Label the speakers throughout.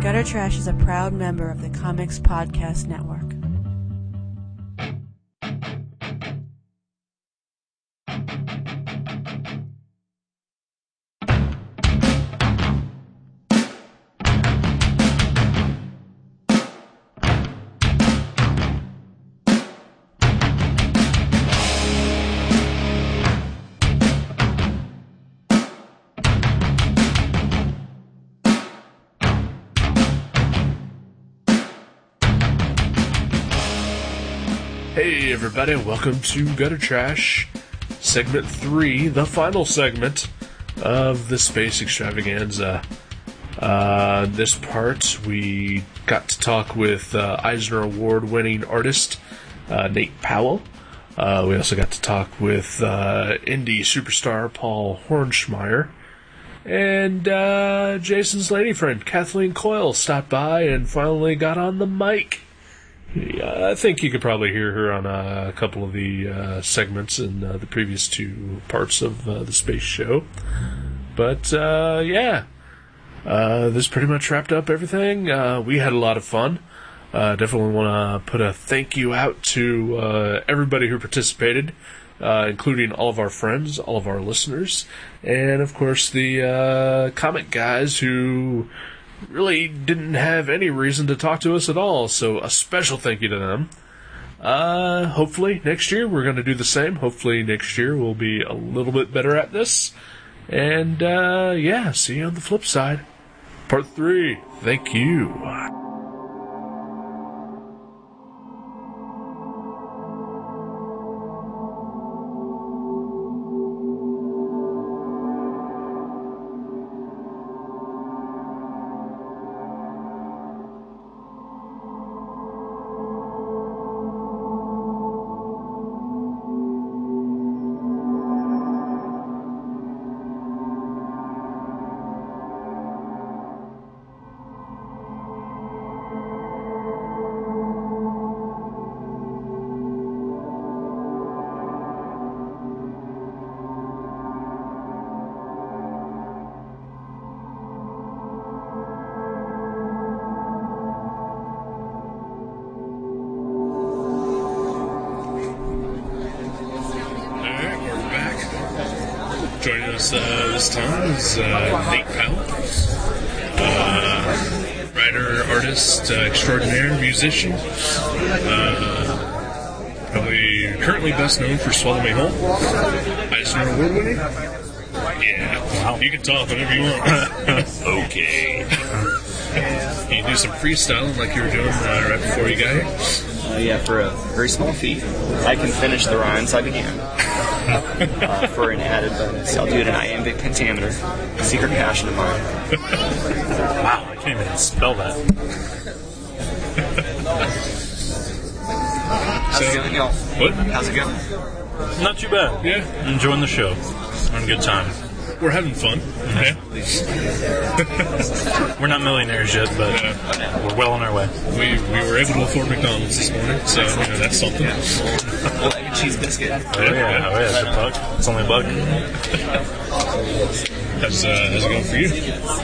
Speaker 1: Gutter Trash is a proud member of the Comics Podcast Network.
Speaker 2: Hey, everybody, welcome to Gutter Trash, segment three, the final segment of the Space Extravaganza. Uh, this part, we got to talk with uh, Eisner Award winning artist uh, Nate Powell. Uh, we also got to talk with uh, indie superstar Paul Hornschmeyer. And uh, Jason's lady friend Kathleen Coyle stopped by and finally got on the mic. Yeah, I think you could probably hear her on uh, a couple of the uh, segments in uh, the previous two parts of uh, the space show. But uh, yeah, uh, this pretty much wrapped up everything. Uh, we had a lot of fun. Uh, definitely want to put a thank you out to uh, everybody who participated, uh, including all of our friends, all of our listeners, and of course the uh, comic guys who really didn't have any reason to talk to us at all, so a special thank you to them. Uh, hopefully next year we're going to do the same. Hopefully next year we'll be a little bit better at this. And, uh, yeah, see you on the flip side. Part three. Thank you. Alright, we're back. Joining us uh, this time is uh, Nate Powell, uh, writer, artist, uh, extraordinaire, musician. Uh, probably currently best known for Swallow Me Whole. Eisner Award winning. Yeah, you can talk whenever you want. okay. you can do some freestyling like you were doing uh, right before you got here.
Speaker 3: Uh, yeah, for a very small fee, I can finish the rhymes I began. Uh, for an added bonus, I'll do it in iambic pentameter, a secret passion of mine.
Speaker 4: Wow, I can't even spell that.
Speaker 3: How's it going, y'all?
Speaker 2: What?
Speaker 3: How's it going?
Speaker 4: Not too bad.
Speaker 2: Yeah,
Speaker 4: Enjoying the show. Having a good time.
Speaker 2: we're having fun. Yeah.
Speaker 4: We're not millionaires yet, but we're well on our way.
Speaker 2: We, we were able to afford McDonald's this morning, so you know, that's something.
Speaker 3: Well, egg and cheese biscuit.
Speaker 4: Oh yeah, oh yeah, it's a buck. It's only a buck.
Speaker 2: How's, uh, how's it going for you?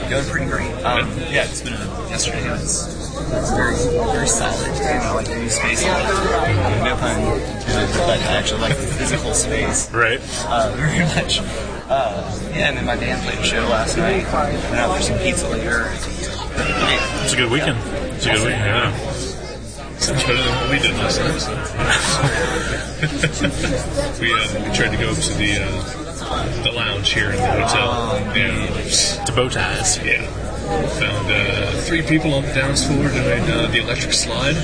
Speaker 3: Going pretty great. Um, yeah, it's been a, yesterday was it's very, very solid. You know, like a new space. No pun intended, but I actually like the physical space.
Speaker 4: Right.
Speaker 3: uh, very much. Uh, yeah, and then my band played a show last night. Went out for some pizza later. Yeah,
Speaker 4: It's a good weekend. It's a good weekend, yeah.
Speaker 2: Sounds better than what we did last night. so. we, uh, we tried to go to the uh, the lounge here in the hotel. Yeah.
Speaker 4: Oh, To bow ties.
Speaker 2: yeah. Found uh, three people on the dance floor doing uh, the electric slide.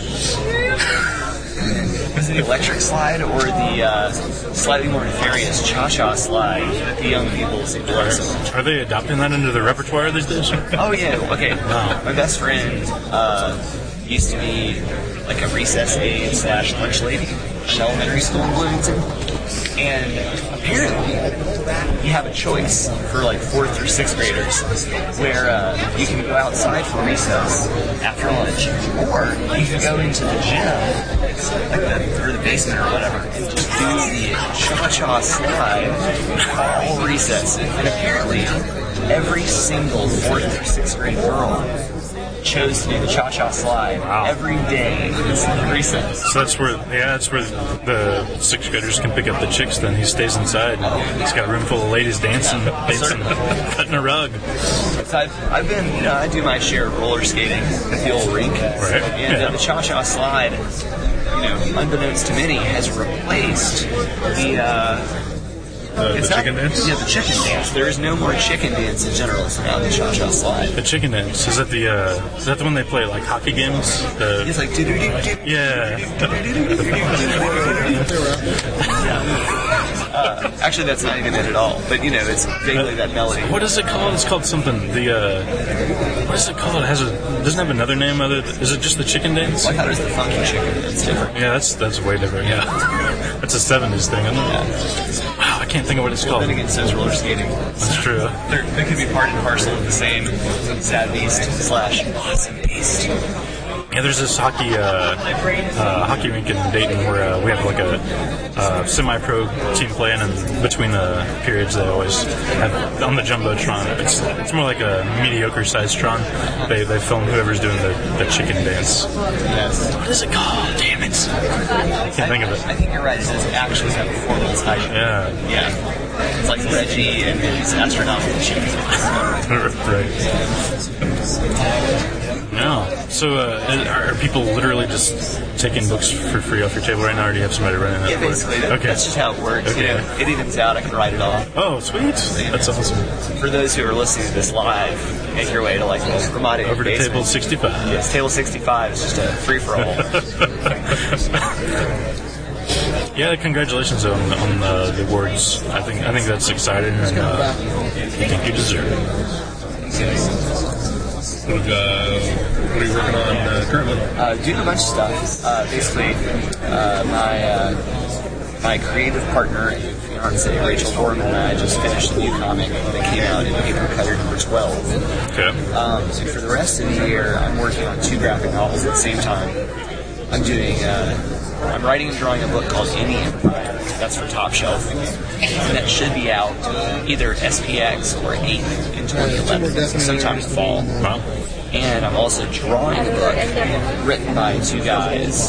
Speaker 3: Was it the electric slide or the uh, slightly more nefarious cha-cha slide that the young people seem to like so much?
Speaker 4: Are they adopting that into their repertoire these days?
Speaker 3: Oh yeah, okay.
Speaker 4: Wow.
Speaker 3: My best friend uh, used to be like a recess aide slash lunch lady in elementary school in Bloomington, and apparently you have a choice for like fourth through sixth graders, where uh, you can go outside for recess after lunch, or you can go into the gym, like the, or the basement or whatever, and just do the cha-cha slide all recess. And apparently, every single fourth or sixth grade girl chose to do the cha cha slide
Speaker 4: Wow.
Speaker 3: every day in recess.
Speaker 4: So that's where, yeah, that's where the sixth graders can pick up the chicks. Then he stays inside. He's got a room full of ladies dancing, dancing, cutting a rug.
Speaker 2: Uh,
Speaker 3: So I've, I've been, you know, I do my share of roller skating at the old rink.
Speaker 4: Right.
Speaker 3: And uh, the cha cha slide, you know, unbeknownst to many, has replaced the. Uh,
Speaker 4: Uh, the
Speaker 3: it's not-
Speaker 4: chicken dance.
Speaker 3: Yeah, the chicken dance. There is no more chicken dance in general. It's now the cha cha slide.
Speaker 4: The chicken dance. Is that the uh, is that the one they play like hockey games? The,
Speaker 3: It's like do do do do.
Speaker 4: yeah.
Speaker 3: Actually, that's not even it at all. But you know, it's vaguely that melody.
Speaker 4: What is it called? It's called something. The uh, what is it called? It has a doesn't have another name other. Th- is it just the chicken dance?
Speaker 3: I thought it was the funky chicken. That's different.
Speaker 4: Yeah, that's that's way different. Yeah, that's a '70s thing. Isn't it? Wow, I can't think of what it's called.
Speaker 3: Then again, so is roller skating.
Speaker 4: That's true.
Speaker 3: They're, they could be part and parcel of the same sad beast slash awesome beast.
Speaker 4: Yeah, there's this hockey uh, uh, hockey rink in Dayton where uh, we have like a uh, semi-pro team playing, and between the periods they always have on the jumbotron. It's it's more like a mediocre-sized tron. They they film whoever's doing the, the chicken dance.
Speaker 3: Yes.
Speaker 4: What is it called? Damn it! Can't think of
Speaker 3: I
Speaker 4: it.
Speaker 3: think you're right. It doesn't actually have a formal title.
Speaker 4: Yeah.
Speaker 3: Yeah. It's like Reggie and his astronomical chicken.
Speaker 4: right. No. So, uh, are people literally just taking books for free off your table right now, or do you have somebody running that?
Speaker 3: Yeah,
Speaker 4: for you?
Speaker 3: basically. That,
Speaker 4: Okay.
Speaker 3: That's just how it works.
Speaker 4: Okay.
Speaker 3: You know, it evens out. I can write it off.
Speaker 4: oh, sweet. That's awesome.
Speaker 3: For those who are listening to this live, make your way to like Ramada
Speaker 4: Over to
Speaker 3: basement.
Speaker 4: table 65.
Speaker 3: Yes, table 65 is just a free for all.
Speaker 4: Yeah, congratulations on, on uh, the awards. I think I think that's exciting, and uh, I think you deserve it.
Speaker 2: What, uh, what are you working on uh, currently?
Speaker 3: uh, doing a bunch of stuff. Uh, basically, uh, my uh, my creative partner in Art City, Rachel Dorman, and I just finished a new comic that came out in Paper Cutter number 12.
Speaker 4: Okay.
Speaker 3: Um, so for the rest of the year, I'm working on two graphic novels at the same time. I'm doing, uh, I'm writing and drawing a book called Any Empire. That's for Top Shelf. And that should be out uh, either at SPX or 8 in 2011, so sometime in the fall.
Speaker 4: Wow.
Speaker 3: And I'm also drawing a book written by two guys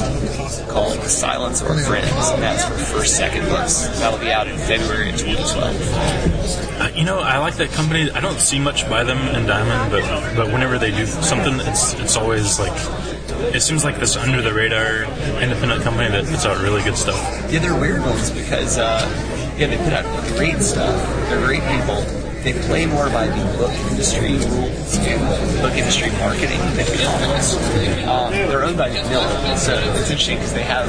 Speaker 3: called Silence or Friends, and that's for first, second books. That'll be out in February of 2012.
Speaker 4: Uh, you know, I like that company. I don't see much by them in Diamond, but but whenever they do something, it's it's always like it seems like this under the radar independent company that puts out really good stuff.
Speaker 3: Yeah, they're weird ones because, uh, yeah, they put out great stuff. They're great people. They play more by the book industry rules and book industry marketing than McMillan's. Um, they're owned by McMillan, so it's interesting because they have,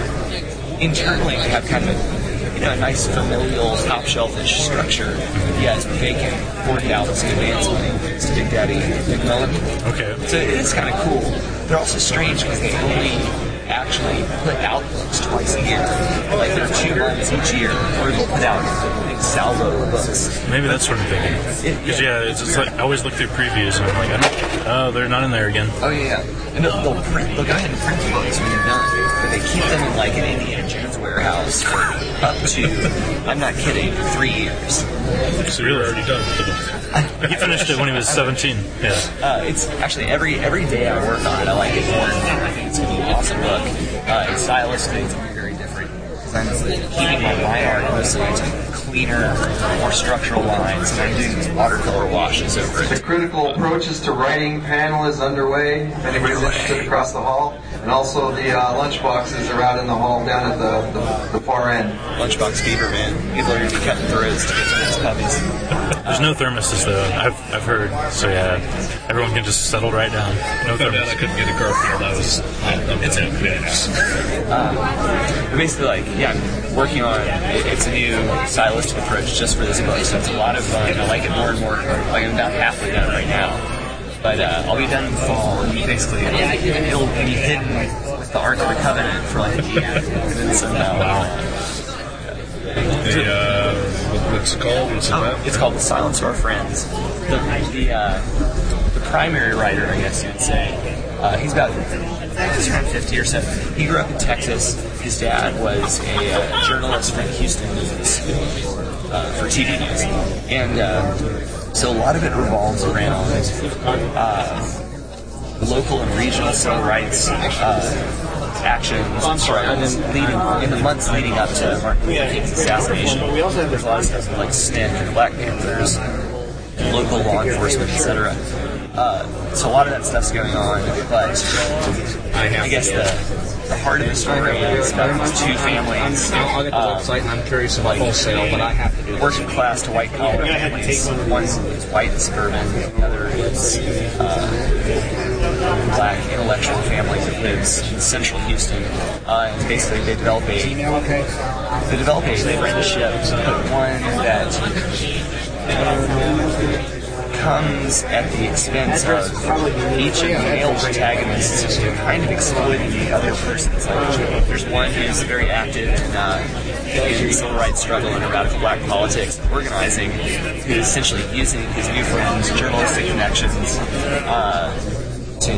Speaker 3: internally, they have kind of a, you know, a nice familial top shelfish structure. Yeah, it's vacant, 40,000 advance money. It's Big Daddy McMillan.
Speaker 4: Okay.
Speaker 3: So it is kind of cool. They're also strange because they only actually put out books twice a year. Like they're two months each year where they'll put out a big salvo of books.
Speaker 4: Maybe that's what I'm thinking. Because yeah, it's just like I always look through previews and I'm like, I don't- oh, they're not in there again.
Speaker 3: Oh yeah, yeah. And they'll, they'll print. They'll go ahead and print the books when you're done, but they keep them in like an Indiana Jones warehouse for up to. I'm not kidding. Three years.
Speaker 4: So you're already done. he finished it when he was 17. Yeah.
Speaker 3: Uh, it's actually every every day I work on it, I like it more. and more. I think it's gonna be an awesome book. Uh, it's stylistically it's gonna be very different. 'Cause I'm keeping my line art mostly to cleaner, more structural lines, and I'm doing these watercolor washes over
Speaker 5: The
Speaker 3: it.
Speaker 5: critical approaches to writing panel is underway. If anybody's interested across the hall, and also the uh, lunch boxes are out in the hall down at the, the, the far end.
Speaker 3: Lunchbox fever, man. People are gonna be cutting throats to get to these puppies.
Speaker 4: There's no thermoses though. I've, I've heard. So yeah, everyone can just settle right down. No
Speaker 2: Found out I
Speaker 4: thermoses.
Speaker 2: couldn't get a Garfield. I was. um, It's a badass.
Speaker 3: But basically, like, yeah, I'm working on it, it's a new stylistic approach just for this book, so it's a lot of fun. I like it more and more. Like, I'm about halfway done right now. But uh, I'll be done in the fall, and basically, it'll be hidden with the Ark of the Covenant for like a year. and then somehow, uh,
Speaker 2: The, uh, what- what's it called? What's it about?
Speaker 3: it's called The Silence of Our Friends. The, the, uh, the primary writer, I guess you would say, uh, he's about he's around 50 or so. He grew up in Texas. His dad was a uh, journalist for the Houston News, uh, for TV News. And uh, so a lot of it revolves around uh, local and regional civil rights uh, actions and sorry, and then leading in the months leading up to Martin Luther King's assassination. There's a lot of stuff with, like SNCC and Black Panthers, local law enforcement, etc. Uh, so a lot of that stuff's going on, but I guess the, the heart of the story is about these two families.
Speaker 6: I'll, I'll get the
Speaker 3: um,
Speaker 6: website and I'm curious about
Speaker 3: like,
Speaker 6: wholesale, but I have to do this.
Speaker 3: working class to white collar families. One is white and suburban, the other is uh, black intellectual family that lives in central Houston. Uh, and basically, they develop a they develop a friendship, but one that comes at the expense of each of the male protagonists kind of exploiting the other person's like there's one who's very active in, uh, in the civil rights struggle and radical black politics and organizing who's essentially using his new friend's journalistic connections uh, to,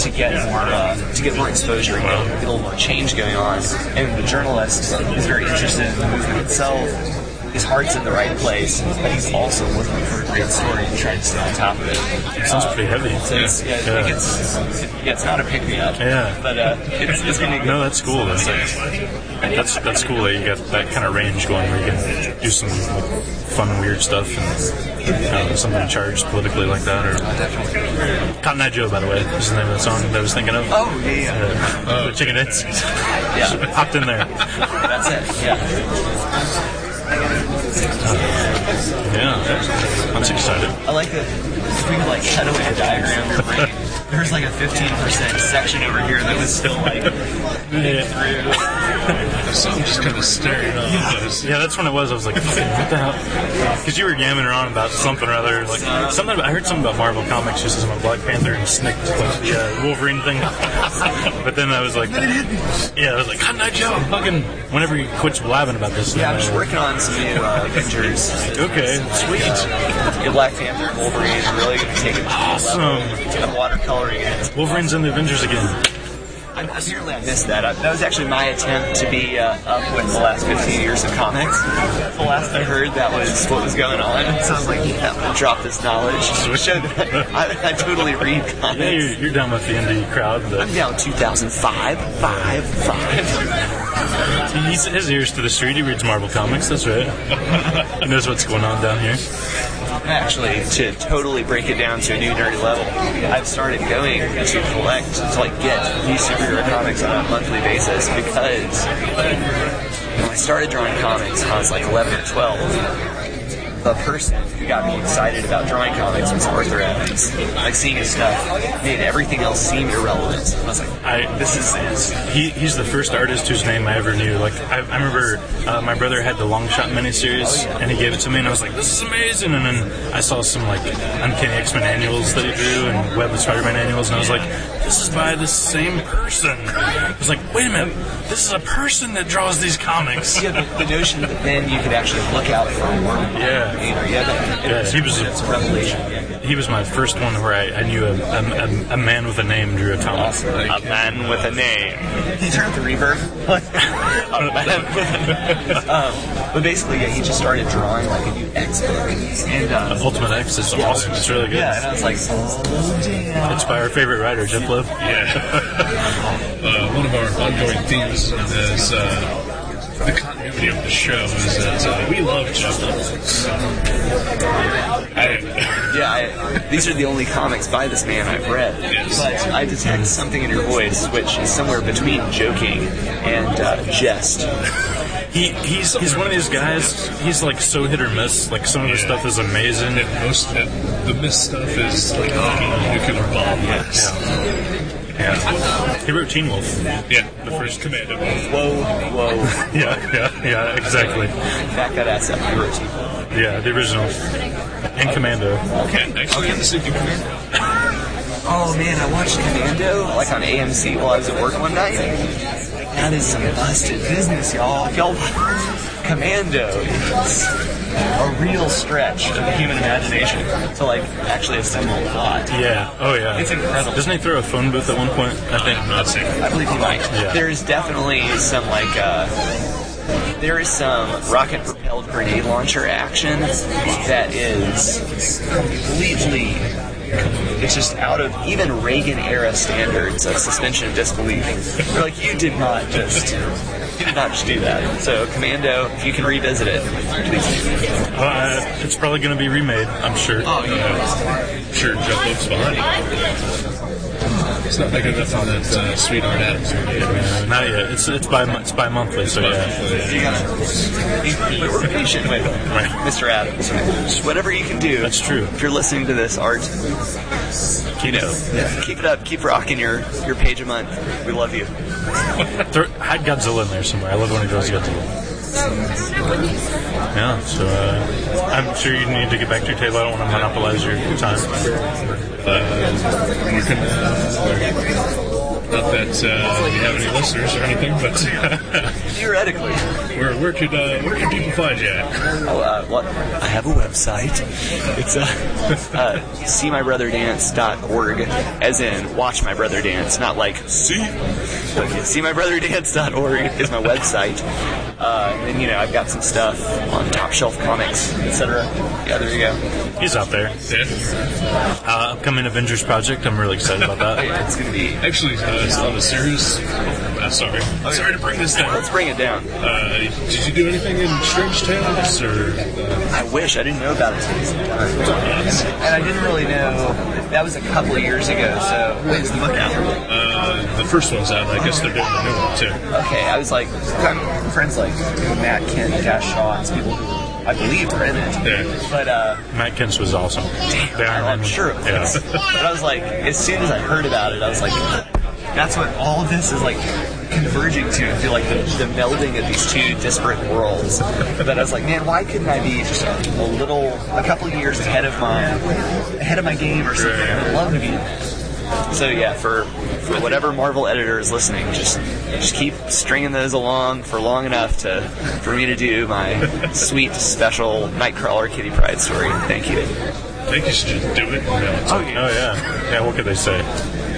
Speaker 3: to get more uh, to get more exposure and get, get a little more change going on and the journalist is very interested in the movement itself his heart's in the right place, but he's also looking for a great story and trying to stay on top of it.
Speaker 4: Sounds pretty heavy.
Speaker 3: So it's, yeah, I think it's, it- yeah, it's not a pick me up.
Speaker 4: Yeah.
Speaker 3: But uh, it's, it's going to be
Speaker 4: No, that's cool. That's like, that's that's cool that you got that kind of range going where you can do some like, fun, weird stuff and you know, something charged politically like that. Or Cotton Eye Joe, by the way, is the name of the song that I was thinking of.
Speaker 3: Oh, yeah, yeah.
Speaker 4: Uh, the chicken heads.
Speaker 3: Yeah.
Speaker 4: Hopped in there.
Speaker 3: That's it. Yeah.
Speaker 4: Yeah, that's excited.
Speaker 3: I like that if we could, like, cut away a diagram of your brain. There's like a 15% section over here that was still like moving through.
Speaker 2: So I'm just kind of staring at this.
Speaker 4: Yeah, that's when it was. I was like, "Fucking, what the hell? Because you were yamming around about something or other. Like, something about, I heard something about Marvel Comics just as my Black Panther and Snick, like, the uh, Wolverine thing. but then I was like, yeah, I was like, Cotton Eye Joe, fucking, whenever he quits blabbing about this.
Speaker 3: Yeah,
Speaker 4: then
Speaker 3: I'm just
Speaker 4: I-
Speaker 3: working on some new uh, pictures.
Speaker 4: Okay, sweet.
Speaker 3: Uh, your Black Panther, Wolverine, and really going to take it to the level.
Speaker 4: Awesome.
Speaker 3: I'm watercoloring it.
Speaker 4: Wolverine's in the Avengers again.
Speaker 3: I, apparently, I missed that. I, that was actually my attempt to be uh, up with the last 15 years of comics. The last I heard, that was what was going on. So I was like, yeah, I'm gonna drop this knowledge. Show that I, I totally read
Speaker 4: Yeah,
Speaker 3: comics.
Speaker 4: you're, you're down with the indie crowd, but
Speaker 3: I'm down 2005, 5, 5.
Speaker 4: he's, his ears to the street. He reads Marvel Comics, that's right. he knows what's going on down here.
Speaker 3: Actually, to totally break it down to a new dirty level, I've started going to collect, to like get new superhero comics on a monthly basis because when I started drawing comics when I was like 11 or 12, the person who got me excited about drawing comics was Arthur Evans. Like seeing his stuff made everything else seem irrelevant. I was like,
Speaker 4: I,
Speaker 3: this is it.
Speaker 4: He, he's the first artist whose name I ever knew. Like I, I remember, uh, my brother had the Long Shot miniseries, and he gave it to me, and I was like, "This is amazing!" And then I saw some like Uncanny X Men annuals that he drew, and Web of Spider Man annuals, and I was like, "This is by the same person." I was like, "Wait a minute, this is a person that draws these comics."
Speaker 3: Yeah, the, the notion that then you could actually look out for a work.
Speaker 4: Yeah.
Speaker 3: You know, yeah, that,
Speaker 4: Yeah, he was-
Speaker 3: it's a revelation.
Speaker 4: He was my first one where I, I knew a, a, a, a man with a name drew a comic.
Speaker 3: A man with a name. Can you turn up the reverb? a man with a name. Um, but basically, yeah, he just started drawing like a new X book. And, uh,
Speaker 4: Ultimate X is awesome. It's really good.
Speaker 3: yeah, and I was like, oh, damn.
Speaker 4: It's by our favorite writer, Jeff Love.
Speaker 2: Uh, one of our ongoing themes is uh, the continuity of the show is that uh, we love Jeff Love. I,
Speaker 3: Yeah, I, these are the only comics by this man I've read.
Speaker 2: Yes.
Speaker 3: But I detect something in your voice, which is somewhere between joking and uh, jest.
Speaker 4: He, he's he's one of these guys. He's like so hit or miss. Like some of his
Speaker 2: Yeah.
Speaker 4: stuff is amazing.
Speaker 2: and most and the missed stuff is like oh, nuclear bomb. Yes.
Speaker 4: Yeah. He wrote Teen Wolf.
Speaker 2: Yeah, the first commando.
Speaker 3: Whoa, whoa.
Speaker 4: Yeah, yeah, yeah. Exactly.
Speaker 3: Back that ass up. You were too
Speaker 4: Yeah, the original. And Commando.
Speaker 2: Okay, next we have the Super Commando.
Speaker 3: Oh man, I watched Commando like on AMC while I was at work one night. That is some busted business, y'all. If y'all Commando is a real stretch of the human imagination to like actually assemble a plot.
Speaker 4: Yeah. Oh yeah.
Speaker 3: It's incredible.
Speaker 4: Doesn't he throw a phone booth at one point? I think.
Speaker 2: I'm not saying
Speaker 3: I believe you might.
Speaker 4: Yeah.
Speaker 3: There is definitely some like uh, there is some rocket propelled grenade launcher action that is completely It's just out of even Reagan era standards of suspension of disbelief. They're like, you did not just, you did not just do that. So, Commando, if you can revisit it, please do.
Speaker 4: Uh, it's probably going to be remade, I'm sure.
Speaker 3: Oh, yeah.
Speaker 2: Sure, Jeff lives behind you. It's not big enough on that uh, Sweetheart Adams movie.
Speaker 4: Uh, not yet. It's it's by it's by monthly, so yeah.
Speaker 3: You gotta, you, we're patient with Mr. Adams. Just whatever you can do.
Speaker 4: That's true.
Speaker 3: If you're listening to this, Art, you know, keep it up. Keep rocking your, your page a month. We love you.
Speaker 4: Throw, hide Godzilla in there somewhere. I love when he draws Godzilla. Yeah, so uh, I'm sure you need to get back to your table. I don't want to monopolize your time.
Speaker 2: Uh, we can, uh, not that uh, we have any listeners or anything, but
Speaker 3: Theoretically.
Speaker 2: where, where could uh, where can people find you at?
Speaker 3: Oh, uh, what? I have a website. It's uh, uh, seemybrother.dance.org, as in watch my brother dance, not like see. Like, seemybrother.dance.org is my website. Uh, and you know, I've got some stuff on Top Shelf Comics, etc. Yeah, there you go.
Speaker 4: He's out there.
Speaker 2: Yeah.
Speaker 4: Uh, upcoming Avengers project. I'm really excited about that.
Speaker 3: It's gonna be.
Speaker 2: Actually, uh, on a serious. Uh, sorry, sorry to bring this down.
Speaker 3: Let's bring it down.
Speaker 2: Uh, did you do anything in Strange Tales or?
Speaker 3: I wish I didn't know about it.
Speaker 2: uh,
Speaker 3: And I didn't really know. That was a couple of years ago. So when's the book out?
Speaker 2: Uh, the first one's out. I guess they're doing a new one too.
Speaker 3: Okay, I was like, kind of friends like Matt Kent, Dash Shaw, and some people who I believe are in it.
Speaker 2: Yeah.
Speaker 3: But uh,
Speaker 4: Matt Kins was awesome. The Iron
Speaker 3: I'm
Speaker 4: Man.
Speaker 3: sure of
Speaker 4: Yeah.
Speaker 3: this. But I was like, as soon as I heard about it, I was like, that's what all of this is like converging to. I feel like the, the melding of these two disparate worlds. But I was like, man, why couldn't I be just a little, a couple of years ahead of my, ahead of my game or something? I'd love to be. So yeah, for, for whatever Marvel editor is listening, just just keep stringing those along for long enough to for me to do my sweet special Nightcrawler Kitty Pride story. Thank you.
Speaker 2: I think you should just do it.
Speaker 4: Oh yeah. Yeah. What could they say?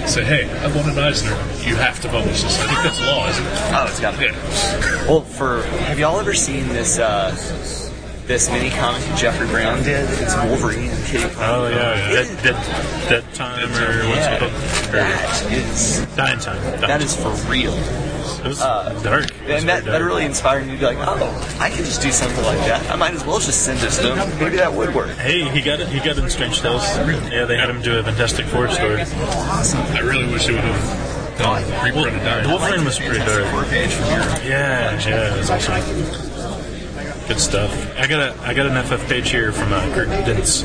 Speaker 2: Say, hey, I won an Eisner. You have to publish this. I think that's law, isn't it?
Speaker 3: Oh, it's got to
Speaker 2: Yeah.
Speaker 3: Well, for have y'all ever seen this uh, this mini comic that Jeffrey Brown did? It's Wolverine and Kitty Pryde.
Speaker 4: Oh yeah. That that, that time or what's
Speaker 3: Yeah,
Speaker 4: it called? Or-
Speaker 3: that is
Speaker 4: Dying time. Dying
Speaker 3: that is for real,
Speaker 4: It was dark.
Speaker 3: and that,
Speaker 4: It was very
Speaker 3: that
Speaker 4: dark.
Speaker 3: really inspired me to be like, oh, I could just do something like that. I might as well just send this to him. Maybe that would work.
Speaker 4: Hey, he got it. He got it in Strange Tales. Yeah, they had him do a Fantastic Four story.
Speaker 2: I really wish it would have gone reprinted
Speaker 4: The
Speaker 2: down.
Speaker 4: Wolverine was pretty dark.
Speaker 3: Four page from your
Speaker 4: Yeah, yeah, it was awesome. Good stuff. I got a I got an FF page here from uh, Kirk Dentz.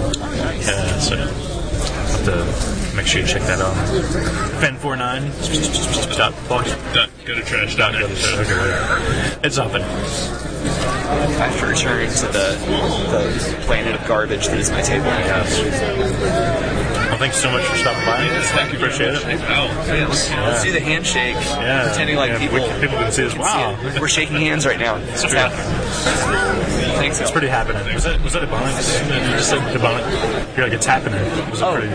Speaker 4: Yeah, so have to make sure you check that out. Fan 49 dot blog
Speaker 2: Done. Go to trash. Done.
Speaker 4: dot okay. It's up there.
Speaker 3: I've returned to the the planet of garbage that is my table.
Speaker 4: Well, thanks so much for stopping by.
Speaker 2: Thank you very
Speaker 4: Appreciate
Speaker 2: much.
Speaker 4: it.
Speaker 2: Wow.
Speaker 3: Oh, Yeah, let's, let's do the handshake,
Speaker 4: Yeah,
Speaker 3: pretending like
Speaker 4: yeah,
Speaker 3: people,
Speaker 4: we- people can see us. Wow.
Speaker 3: it. We're shaking hands right now. It's
Speaker 4: true.
Speaker 3: Thanks.
Speaker 4: It's pretty happening. Was that was that a bonnet? You just said the bonnet. You're like it's happening. It was a
Speaker 3: Oh,
Speaker 4: pretty.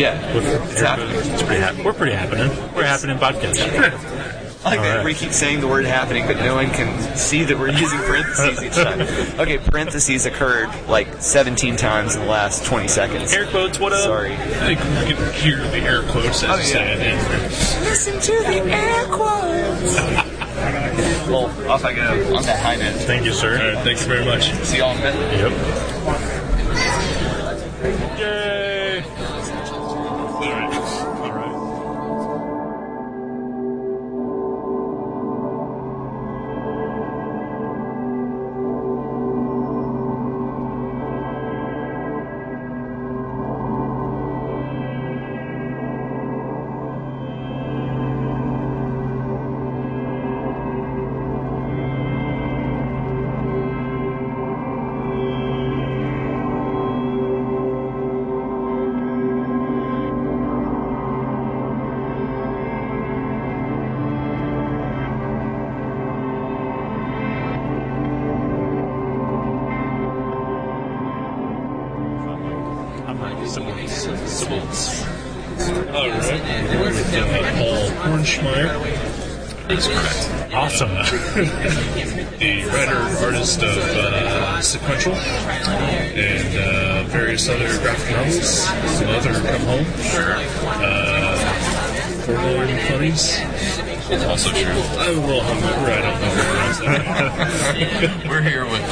Speaker 3: yeah.
Speaker 4: with-
Speaker 3: It's happening.
Speaker 4: It's pretty happening. We're pretty happening. We're happening podcast.
Speaker 3: I like
Speaker 4: All
Speaker 3: that
Speaker 4: right.
Speaker 3: we keep saying the word happening, but no one can see that we're using parentheses each time. Okay, parentheses occurred like 17 times in the last 20 seconds.
Speaker 2: Air quotes. What up?
Speaker 3: Sorry.
Speaker 2: I think we can hear the air quotes as
Speaker 3: Oh,
Speaker 2: you
Speaker 3: yeah.
Speaker 2: say it.
Speaker 1: Listen to the air quotes.
Speaker 3: Well, off I go on that high note.
Speaker 4: Thank you,
Speaker 2: All
Speaker 4: sir.
Speaker 2: right. Thanks very much.
Speaker 3: See y'all in a bit.
Speaker 4: Yep.
Speaker 2: Yay! All right. All right. All right. We're at the Paul Hornschmeyer. is correct.
Speaker 4: Awesome.
Speaker 2: The writer and artist of uh, Sequential and uh, various other graphic novels, Mother Come Home, uh, Forlorn Funnies.
Speaker 7: Also true.
Speaker 2: I'm a little hungover. I don't know what pronounce that.
Speaker 7: We're here with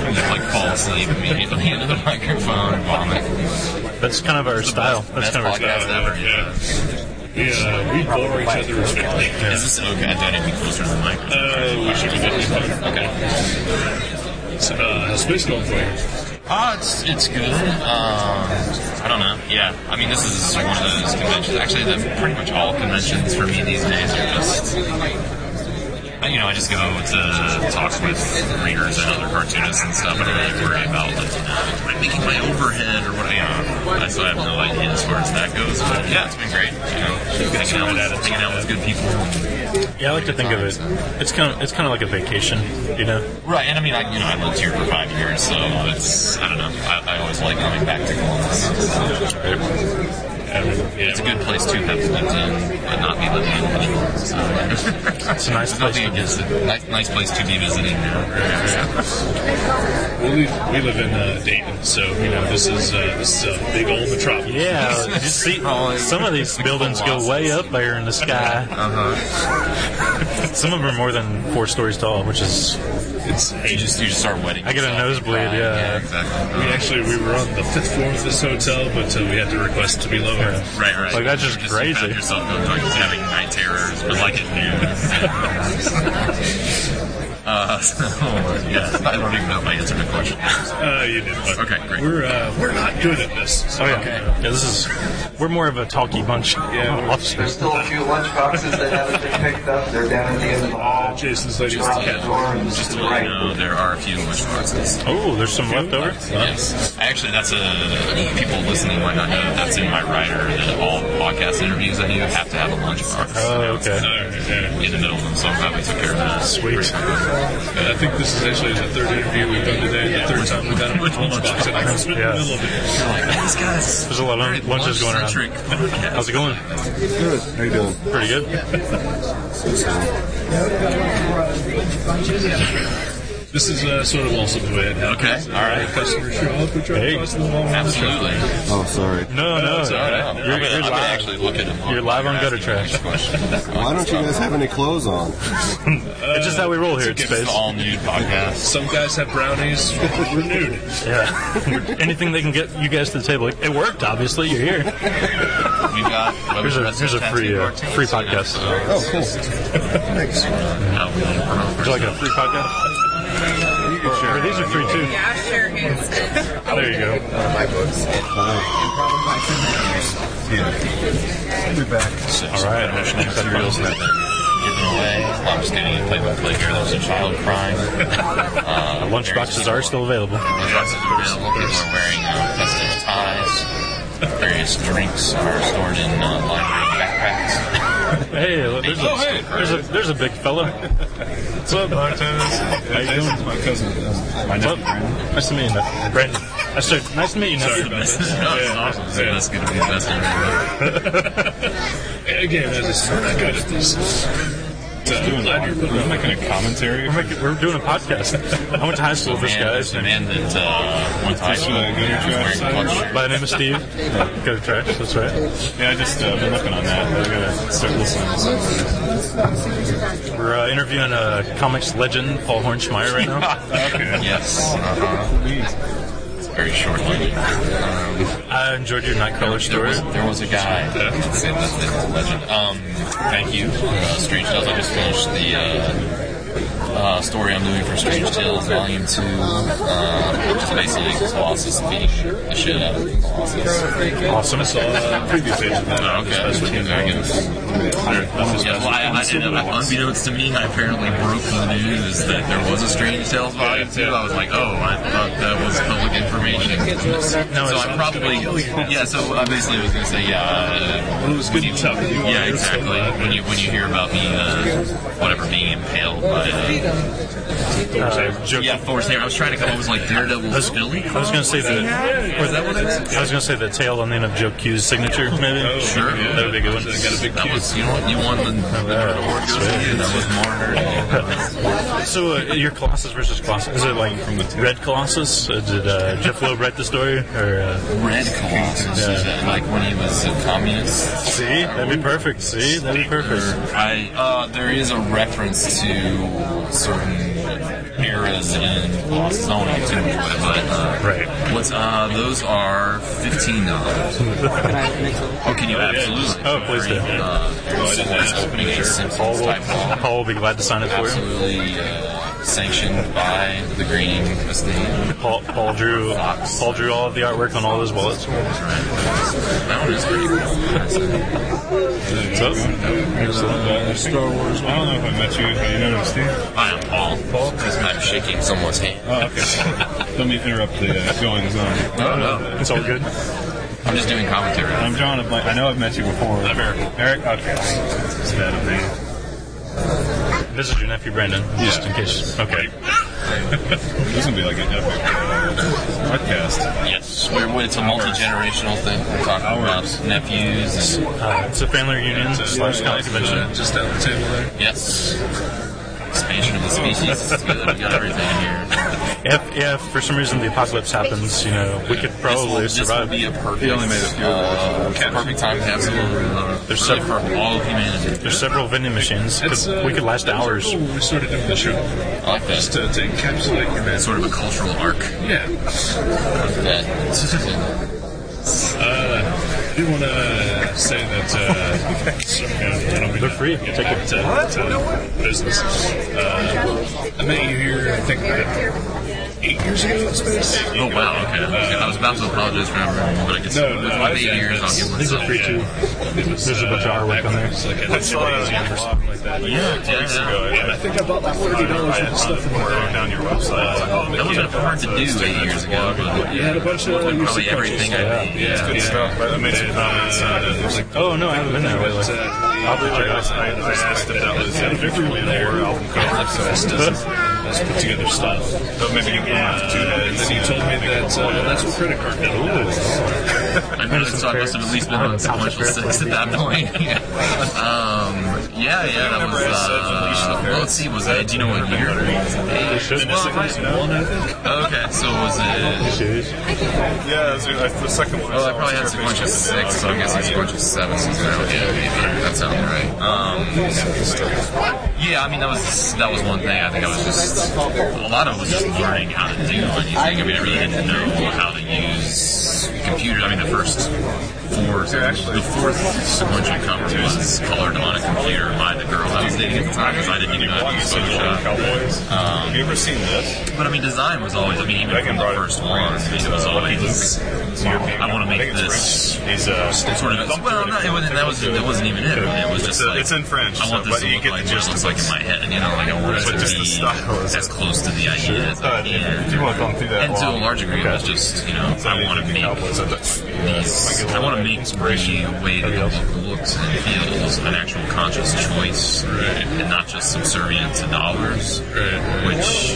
Speaker 7: and then like fall asleep immediately into the microphone and vomit.
Speaker 4: That's kind of our style. That's
Speaker 7: Best
Speaker 4: kind of our
Speaker 7: podcast
Speaker 4: style.
Speaker 7: ever.
Speaker 2: Yeah. We, uh, we bore each other respectfully.
Speaker 7: Is this okay? I don't need to be closer to the mic.
Speaker 2: Uh, we should be good. Okay. So, uh, how's space going for you?
Speaker 7: Ah, it's it's good. Um, I don't know. Yeah, I mean, this is one of those conventions. Actually, the, pretty much all conventions for me these days are just. I- You know, I just go to talk with readers and other cartoonists and stuff. I don't really worry about like, am I making my overhead or what? You know, I so I have no idea as far as that goes. But yeah, it's been great. You know, hanging out with, hanging out with good people.
Speaker 4: Yeah, I like to think of it. It's kind of it's kind of like a vacation, you know.
Speaker 7: Right, and I mean, I, you know, I lived here for five years, so it's I don't know. I, I always like coming back to Columbus. It's a good place to have lived in, but not be living in. So,
Speaker 4: It's a nice place.
Speaker 7: nothing against it. Nice, nice place to be visiting. now.
Speaker 2: We live, we live in uh, Dayton, so you know this is uh, this is a big old metropolis.
Speaker 4: Yeah, you see, some of these buildings go way up there in the sky.
Speaker 7: Uh-huh.
Speaker 4: some of them are more than four stories tall, which is
Speaker 7: It's you just you just start wetting.
Speaker 4: I get a
Speaker 7: yourself.
Speaker 4: nosebleed,
Speaker 7: Right,
Speaker 4: yeah.
Speaker 7: exactly.
Speaker 2: We actually we were on the fifth floor of this hotel, but uh, we had to request to be lower.
Speaker 7: Right, right.
Speaker 4: Like, that's just
Speaker 7: You found
Speaker 4: crazy.
Speaker 7: yourself going, like, having night terrors, but like at noon. uh, so, yeah, I don't even know if I answered the question.
Speaker 2: Uh, you did. But
Speaker 7: Okay, great.
Speaker 2: We're uh, we're not good at this. So,
Speaker 4: oh yeah.
Speaker 7: Okay.
Speaker 4: yeah. This is we're more of a talky bunch.
Speaker 2: Yeah,
Speaker 5: There's still a few lunch boxes that haven't been picked up. They're down at the end of the
Speaker 2: Uh,
Speaker 5: hall.
Speaker 2: Jason's lady
Speaker 7: Just,
Speaker 2: rock
Speaker 7: yeah,
Speaker 2: cat.
Speaker 7: just to let you know, there are a few lunch boxes.
Speaker 4: Oh, there's some left over.
Speaker 7: Yes. Actually, that's a. People listening might not know that that's in my rider that all podcast interviews I do have to have a lunch box.
Speaker 4: Oh, okay.
Speaker 7: In the middle of them, so I'm glad we took care of that.
Speaker 4: Sweet.
Speaker 2: Uh, I think this is actually the third interview we've done today. The third time we've done a
Speaker 7: With the
Speaker 2: lunch box.
Speaker 7: lunchbox.
Speaker 2: And I was in the
Speaker 4: Yeah.
Speaker 2: middle of it.
Speaker 7: These guys.
Speaker 4: There's a lot of lunches going around. How's it going?
Speaker 8: Good. How you doing?
Speaker 4: Pretty good.
Speaker 2: This is uh, sort of also the way it happens.
Speaker 7: Okay, all right.
Speaker 2: Customers show up. We try
Speaker 4: Hey.
Speaker 2: to cross them along.
Speaker 7: Absolutely. uh,
Speaker 8: Oh, sorry.
Speaker 4: No, no.
Speaker 2: it's all right.
Speaker 7: I'm
Speaker 4: You're,
Speaker 7: gonna-
Speaker 4: you're
Speaker 7: I'm gonna
Speaker 4: live.
Speaker 7: actually look at him.
Speaker 4: You're live on Gutter Trash.
Speaker 8: Why don't you guys have any clothes on?
Speaker 4: It's just how we
Speaker 2: Uh,
Speaker 4: roll here at
Speaker 7: It's an
Speaker 4: Space.
Speaker 7: all nude podcast.
Speaker 2: Some guys have brownies. We're nude.
Speaker 4: Yeah. Anything they can get you guys to the table. It worked, obviously. You're here.
Speaker 7: We've got
Speaker 4: Here's a- here's a free, uh, free podcast.
Speaker 8: Oh, cool. Thanks.
Speaker 4: Would you like a free podcast? Or these are free too.
Speaker 9: Yeah, sure is.
Speaker 4: There you go.
Speaker 8: We'll be back.
Speaker 4: All right.
Speaker 7: materials that they're giving away. I'm just getting play by play here. There's a child crying. Uh,
Speaker 4: Lunch boxes are still available.
Speaker 7: Lunch boxes are available. People are wearing uh, festive ties. Various drinks are stored in uh, library backpacks.
Speaker 4: Hey, look, there's
Speaker 7: Oh,
Speaker 4: a,
Speaker 7: hey.
Speaker 4: there's a there's a big fella. What's up, How you doing?
Speaker 2: My cousin.
Speaker 4: What's up? Nice to meet you, Nick. Brandon. I said, nice to meet you, Nick.
Speaker 7: This is awesome. So that's going to be the best in
Speaker 2: Again, as I said, we're not good at this. I'm making a commentary.
Speaker 4: We're, making, we're doing a podcast. I went to high school with this
Speaker 7: Man,
Speaker 4: guy.
Speaker 7: there's
Speaker 4: His
Speaker 7: the
Speaker 4: name-
Speaker 7: man that uh, one time was wearing a shirt.
Speaker 4: By the name of Steve. Go to trash. That's right.
Speaker 7: Yeah, I just uh, been looking on that. I gotta start listening.
Speaker 4: We're uh, interviewing a comics legend, Paul Hornschmeyer, right now.
Speaker 7: Yes. uh-huh. It's very short.
Speaker 4: I enjoyed your Nightcrawler
Speaker 7: There
Speaker 4: story.
Speaker 7: was, there was a guy. That's it, that's it, it's a legend. Um, thank you. Uh, Strange Tales. I just finished the uh, uh, story I'm doing for Strange Tales Volume Two, uh, which is basically Colossus beating the shit out of Colossus.
Speaker 4: Awesome.
Speaker 2: Uh, previous page of that.
Speaker 7: Oh, okay. Very good. Yeah, well, I, I didn't know. Unbeknownst to me, I apparently broke the news that there was a Strange Tales volume two. I was like, oh, I thought that was public information. so I probably, yeah. So I basically was gonna say, yeah, uh,
Speaker 2: It was good
Speaker 7: when you-
Speaker 2: to talk to you on
Speaker 7: Yeah,
Speaker 2: here, so,
Speaker 7: exactly.
Speaker 2: uh,
Speaker 7: when you when you hear about me, uh, whatever being impaled by uh,
Speaker 4: Uh, joke-
Speaker 7: yeah Thor's name, I was trying to come up with like Daredevil's Billy.
Speaker 4: I was going to say that.
Speaker 7: Or is that what it is?
Speaker 4: I was going to say the tail on the end of Joe Q's
Speaker 9: Oh,
Speaker 4: signature, maybe.
Speaker 7: Sure,
Speaker 4: that would be a good one.
Speaker 7: That got a big that was, you know what? You won the, the nerd award. Good for you. That was more nerd.
Speaker 4: So uh, your Colossus versus Colossus is it like Red Colossus? Uh, did uh, Jeff Loeb write the story? Or uh,
Speaker 7: Red Colossus is that like when he was a communist?
Speaker 4: see, that'd be perfect. See, that'd be perfect.
Speaker 7: I uh, there is a reference to certain eras in Colossus. I don't want to get too much into it, but uh,
Speaker 4: Right.
Speaker 7: What's uh? Those are fifteen dollars. oh, can you absolutely?
Speaker 4: Oh, please do.
Speaker 7: Uh, it's opening a
Speaker 4: Paul
Speaker 7: Simpsons
Speaker 4: will,
Speaker 7: type law,
Speaker 4: Paul will be glad to sign it for you.
Speaker 7: absolutely uh, sanctioned by the green estate.
Speaker 4: Paul, Paul drew. Paul drew all of the artwork on all those wallets.
Speaker 7: That one is pretty cool.
Speaker 4: So,
Speaker 9: Uh, Star Wars. I don't know if I met you. Have you noticed, Steve?
Speaker 7: I am Paul. Paul, because I'm shaking someone's hand.
Speaker 9: Oh, okay. Let me interrupt the uh, goings on.
Speaker 7: No, no,
Speaker 4: it's all good.
Speaker 7: I'm just doing commentary.
Speaker 9: I'm John. I'm like, I know I've met you before.
Speaker 4: I'm Eric.
Speaker 9: Eric. Okay. It's bad of me.
Speaker 4: This is your nephew Brandon, just in case. Okay.
Speaker 9: This would be like an epic uh, podcast.
Speaker 7: Yes, we're, it's a multi-generational thing. We're talking
Speaker 9: Hours.
Speaker 7: about nephews. And, Uh,
Speaker 4: Uh, it's a family reunion slash comic convention.
Speaker 9: just at the table there.
Speaker 7: yes, expansion of the species. It's good. We got everything here.
Speaker 4: If, if for some reason the apocalypse happens, you know, we could probably
Speaker 7: this will, this will
Speaker 4: survive.
Speaker 7: be a perfect, uh, perfect time capsule. Uh,
Speaker 4: There's some-
Speaker 7: really for all of humanity.
Speaker 4: There's several vending machines.
Speaker 2: It's,
Speaker 4: Could-
Speaker 2: uh,
Speaker 4: we could last
Speaker 2: that was
Speaker 4: hours.
Speaker 2: cool when we started doing the show.
Speaker 7: I like
Speaker 2: Just
Speaker 7: that.
Speaker 2: to, to encapsulate your man.
Speaker 7: Sort of a cultural arc.
Speaker 2: Yeah.
Speaker 7: That.
Speaker 2: Uh, I do want to say that uh, so, yeah, I don't mean
Speaker 4: They're
Speaker 2: to
Speaker 4: free.
Speaker 2: get
Speaker 4: Take
Speaker 2: back
Speaker 4: it.
Speaker 2: To, to uh, business. Uh, I met you here, I think, uh, eight years ago. It's been
Speaker 7: Oh wow. Okay. I was about to apologize for everyone, but I guess
Speaker 2: No,
Speaker 7: with
Speaker 2: no,
Speaker 7: my
Speaker 2: yeah,
Speaker 7: baby ears, I'll
Speaker 2: that's-
Speaker 7: give
Speaker 4: These are
Speaker 7: myself.
Speaker 4: free too. There's a bunch of artwork on there.
Speaker 2: It's like a it's easier for something like that.
Speaker 7: Yeah, yeah.
Speaker 2: And I think I bought like thirty dollars worth of stuff from there. Oh, down your website.
Speaker 7: That would have been hard to do eight years ago, but
Speaker 2: You had a bunch of you
Speaker 7: probably everything I
Speaker 4: Yeah.
Speaker 7: made.
Speaker 2: It's
Speaker 7: Yeah.
Speaker 2: good stuff. But I made some comments. Uh, it was like,
Speaker 4: Oh no, I haven't been there
Speaker 2: But,
Speaker 4: lately.
Speaker 2: uh,
Speaker 4: I'll be
Speaker 2: I,
Speaker 4: there.
Speaker 2: I, I asked if that was uh, everyone there. Album cover, so that's, that's, that's put together stuff. But maybe you have to. And then you told me that uh, that's what credit card did.
Speaker 7: I noticed, so I must have at least been on commercial six at that point. um, yeah, yeah, that was. Uh, well, let's see, was it? Do you know what year?
Speaker 4: should.
Speaker 7: Well, if I- okay, so was it?
Speaker 4: Serious?
Speaker 9: Yeah, it's, it's the second one.
Speaker 7: Well, I probably had sequential six, so I guess sequential seven was around. Yeah, maybe that sounds right. Um, yeah, I mean that was that was one thing. I think I was just a lot of it was just learning how to do anything. I mean, I really didn't know how to use computer. I mean, the first four, the fourth sequential cover was colored on a computer by the girl I was dating at the time because I didn't even know how to use Photoshop.
Speaker 9: Cowboys.
Speaker 7: Um,
Speaker 9: Have you ever seen this?
Speaker 7: But I mean, design was always. I mean, even from the first one, I mean, it was always. I want to make this
Speaker 9: He's uh,
Speaker 7: sort of. Well, no, it wasn't. That was. That wasn't even it. really. It was just.
Speaker 9: It's, uh,
Speaker 7: like,
Speaker 9: it's in French,
Speaker 7: I want
Speaker 9: so-
Speaker 7: this
Speaker 9: but
Speaker 7: to
Speaker 9: you
Speaker 7: look
Speaker 9: get the
Speaker 7: like what
Speaker 9: gist
Speaker 7: it looks
Speaker 9: of
Speaker 7: like in my head. You know, like I want it
Speaker 9: But
Speaker 7: to
Speaker 9: just the
Speaker 7: be
Speaker 9: style is-
Speaker 7: as close to the idea as I
Speaker 9: Uh, if
Speaker 7: can.
Speaker 9: you want to come through that
Speaker 7: And to a
Speaker 9: long-
Speaker 7: large degree, it was
Speaker 9: Okay.
Speaker 7: just you know, I want to
Speaker 9: the
Speaker 7: make
Speaker 9: Cowboys at that point.
Speaker 7: these. I want to make the way that the book looks and feels an actual conscious choice, and not just subservient to dollars, which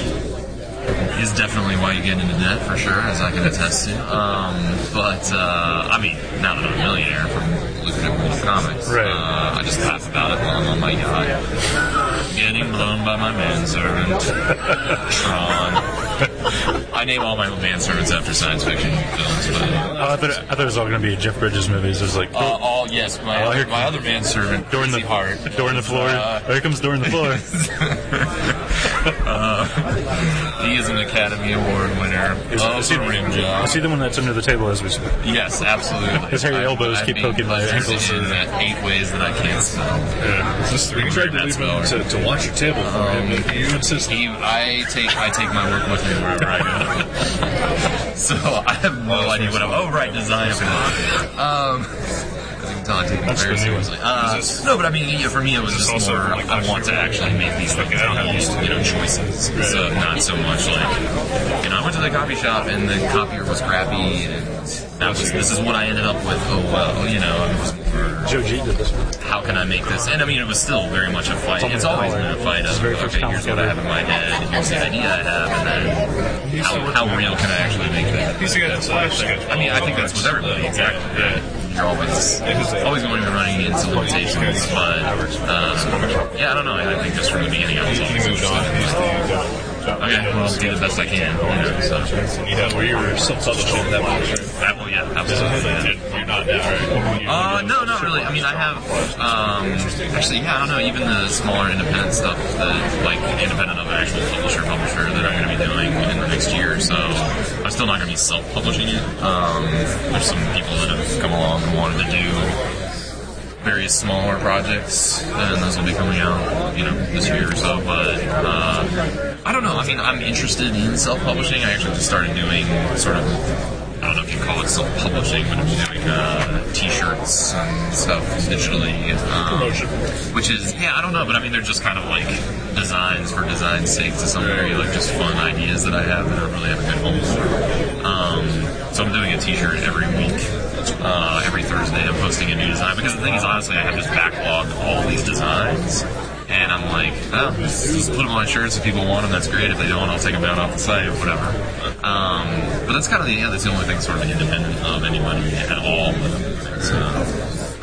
Speaker 7: is definitely why you get into debt for sure, as I can attest to. Um, but uh, I mean, now that I'm a millionaire from lucrative Wolf Comics,
Speaker 4: Right.
Speaker 7: uh, I just laugh about it while I'm on my yacht, getting blown by my manservant Tron. I name all my manservants after science fiction films, but.
Speaker 4: Oh, I, thought, I thought it was all going to be Jeff Bridges movies. It was like
Speaker 7: Uh, all yes, my
Speaker 4: Oh,
Speaker 7: other,
Speaker 4: here-
Speaker 7: my other manservant,
Speaker 4: door in the
Speaker 7: Chrissy Hart.
Speaker 4: door in the floor.
Speaker 7: Uh,
Speaker 4: oh, here comes door in the floor.
Speaker 7: he is an Academy Award winner.
Speaker 4: Is-
Speaker 7: of
Speaker 4: is he-
Speaker 7: the rim Oh, job.
Speaker 4: I see the one that's under the table as we speak.
Speaker 7: Yes, absolutely.
Speaker 4: His hairy
Speaker 7: I-
Speaker 4: elbows
Speaker 7: I've
Speaker 4: keep
Speaker 7: been
Speaker 4: poking my
Speaker 7: busted
Speaker 4: ankles.
Speaker 7: in that eight ways that I can't spell.
Speaker 2: We tried to
Speaker 7: That
Speaker 2: leave
Speaker 7: spell.
Speaker 2: him to, to watch your table for him, but you insisted.
Speaker 7: He, I take I take my work with me wherever I go. so I have no idea what I'm. Oh right, design. Um, because you can tell I take it
Speaker 4: That's
Speaker 7: very
Speaker 4: the new one.
Speaker 7: seriously. Uh,
Speaker 9: Is this-
Speaker 7: no, but I mean, yeah, for me, it was just
Speaker 9: also
Speaker 7: more.
Speaker 9: from, like,
Speaker 7: I want to actually make these things. I don't have these, you know, choices. So not so much like. You know, I went to the copy shop and the copier was crappy, and that was, this is what I ended up with. Oh well, you know, it was more
Speaker 4: Joe G did this one.
Speaker 7: how can I make this? And I mean, it was still very much a fight.
Speaker 4: Something
Speaker 7: It's always
Speaker 4: color.
Speaker 7: been a fight
Speaker 4: It's
Speaker 7: of,
Speaker 4: the very first
Speaker 7: okay, here's what I have in my head, here's the idea I have, and then how, how real can I actually make that?
Speaker 9: He's the guy that's flash sketch.
Speaker 7: I mean, I think that's with everybody, exactly. You're always, always going to be running into limitations, but um, yeah, I don't know. I think just from the beginning, I was
Speaker 9: He
Speaker 7: always
Speaker 9: moved on. He's the uh,
Speaker 7: okay, well, I'll do the best I can. You know, so.
Speaker 9: Yeah, well, you were self-publishing at that point. right?
Speaker 7: That will, yeah, absolutely. yeah.
Speaker 9: You're not now, right?
Speaker 7: Uh, no, not really. I mean, I have, um, actually, yeah, I don't know, even the smaller independent stuff that, like, independent of an actual publisher, publisher that I'm going to be doing in the next year or so, I'm still not going to be self-publishing it. Um, there's some people that have come along and wanted to do various smaller projects, and those will be coming out, you know, this year or so, but, uh, I don't know, I mean, I'm interested in self-publishing. I actually just started doing sort of I don't know if you call it self-publishing, but I'm doing uh, t-shirts and stuff digitally. Um,
Speaker 9: Promotion.
Speaker 7: Which is, yeah, I don't know, but I mean, they're just kind of like designs for design's sake to some degree, like just fun ideas that I have that I don't really have a good home for. Um, so I'm doing a t-shirt every week. Uh, every Thursday I'm posting a new design because the thing is, honestly, I have this backlog of all these designs. And I'm like, oh, just just put them on shirts if people want them. That's great. If they don't, I'll take them down off the site, whatever. Um, but that's kind of the yeah, that's the only thing sort of independent of anybody at all. So,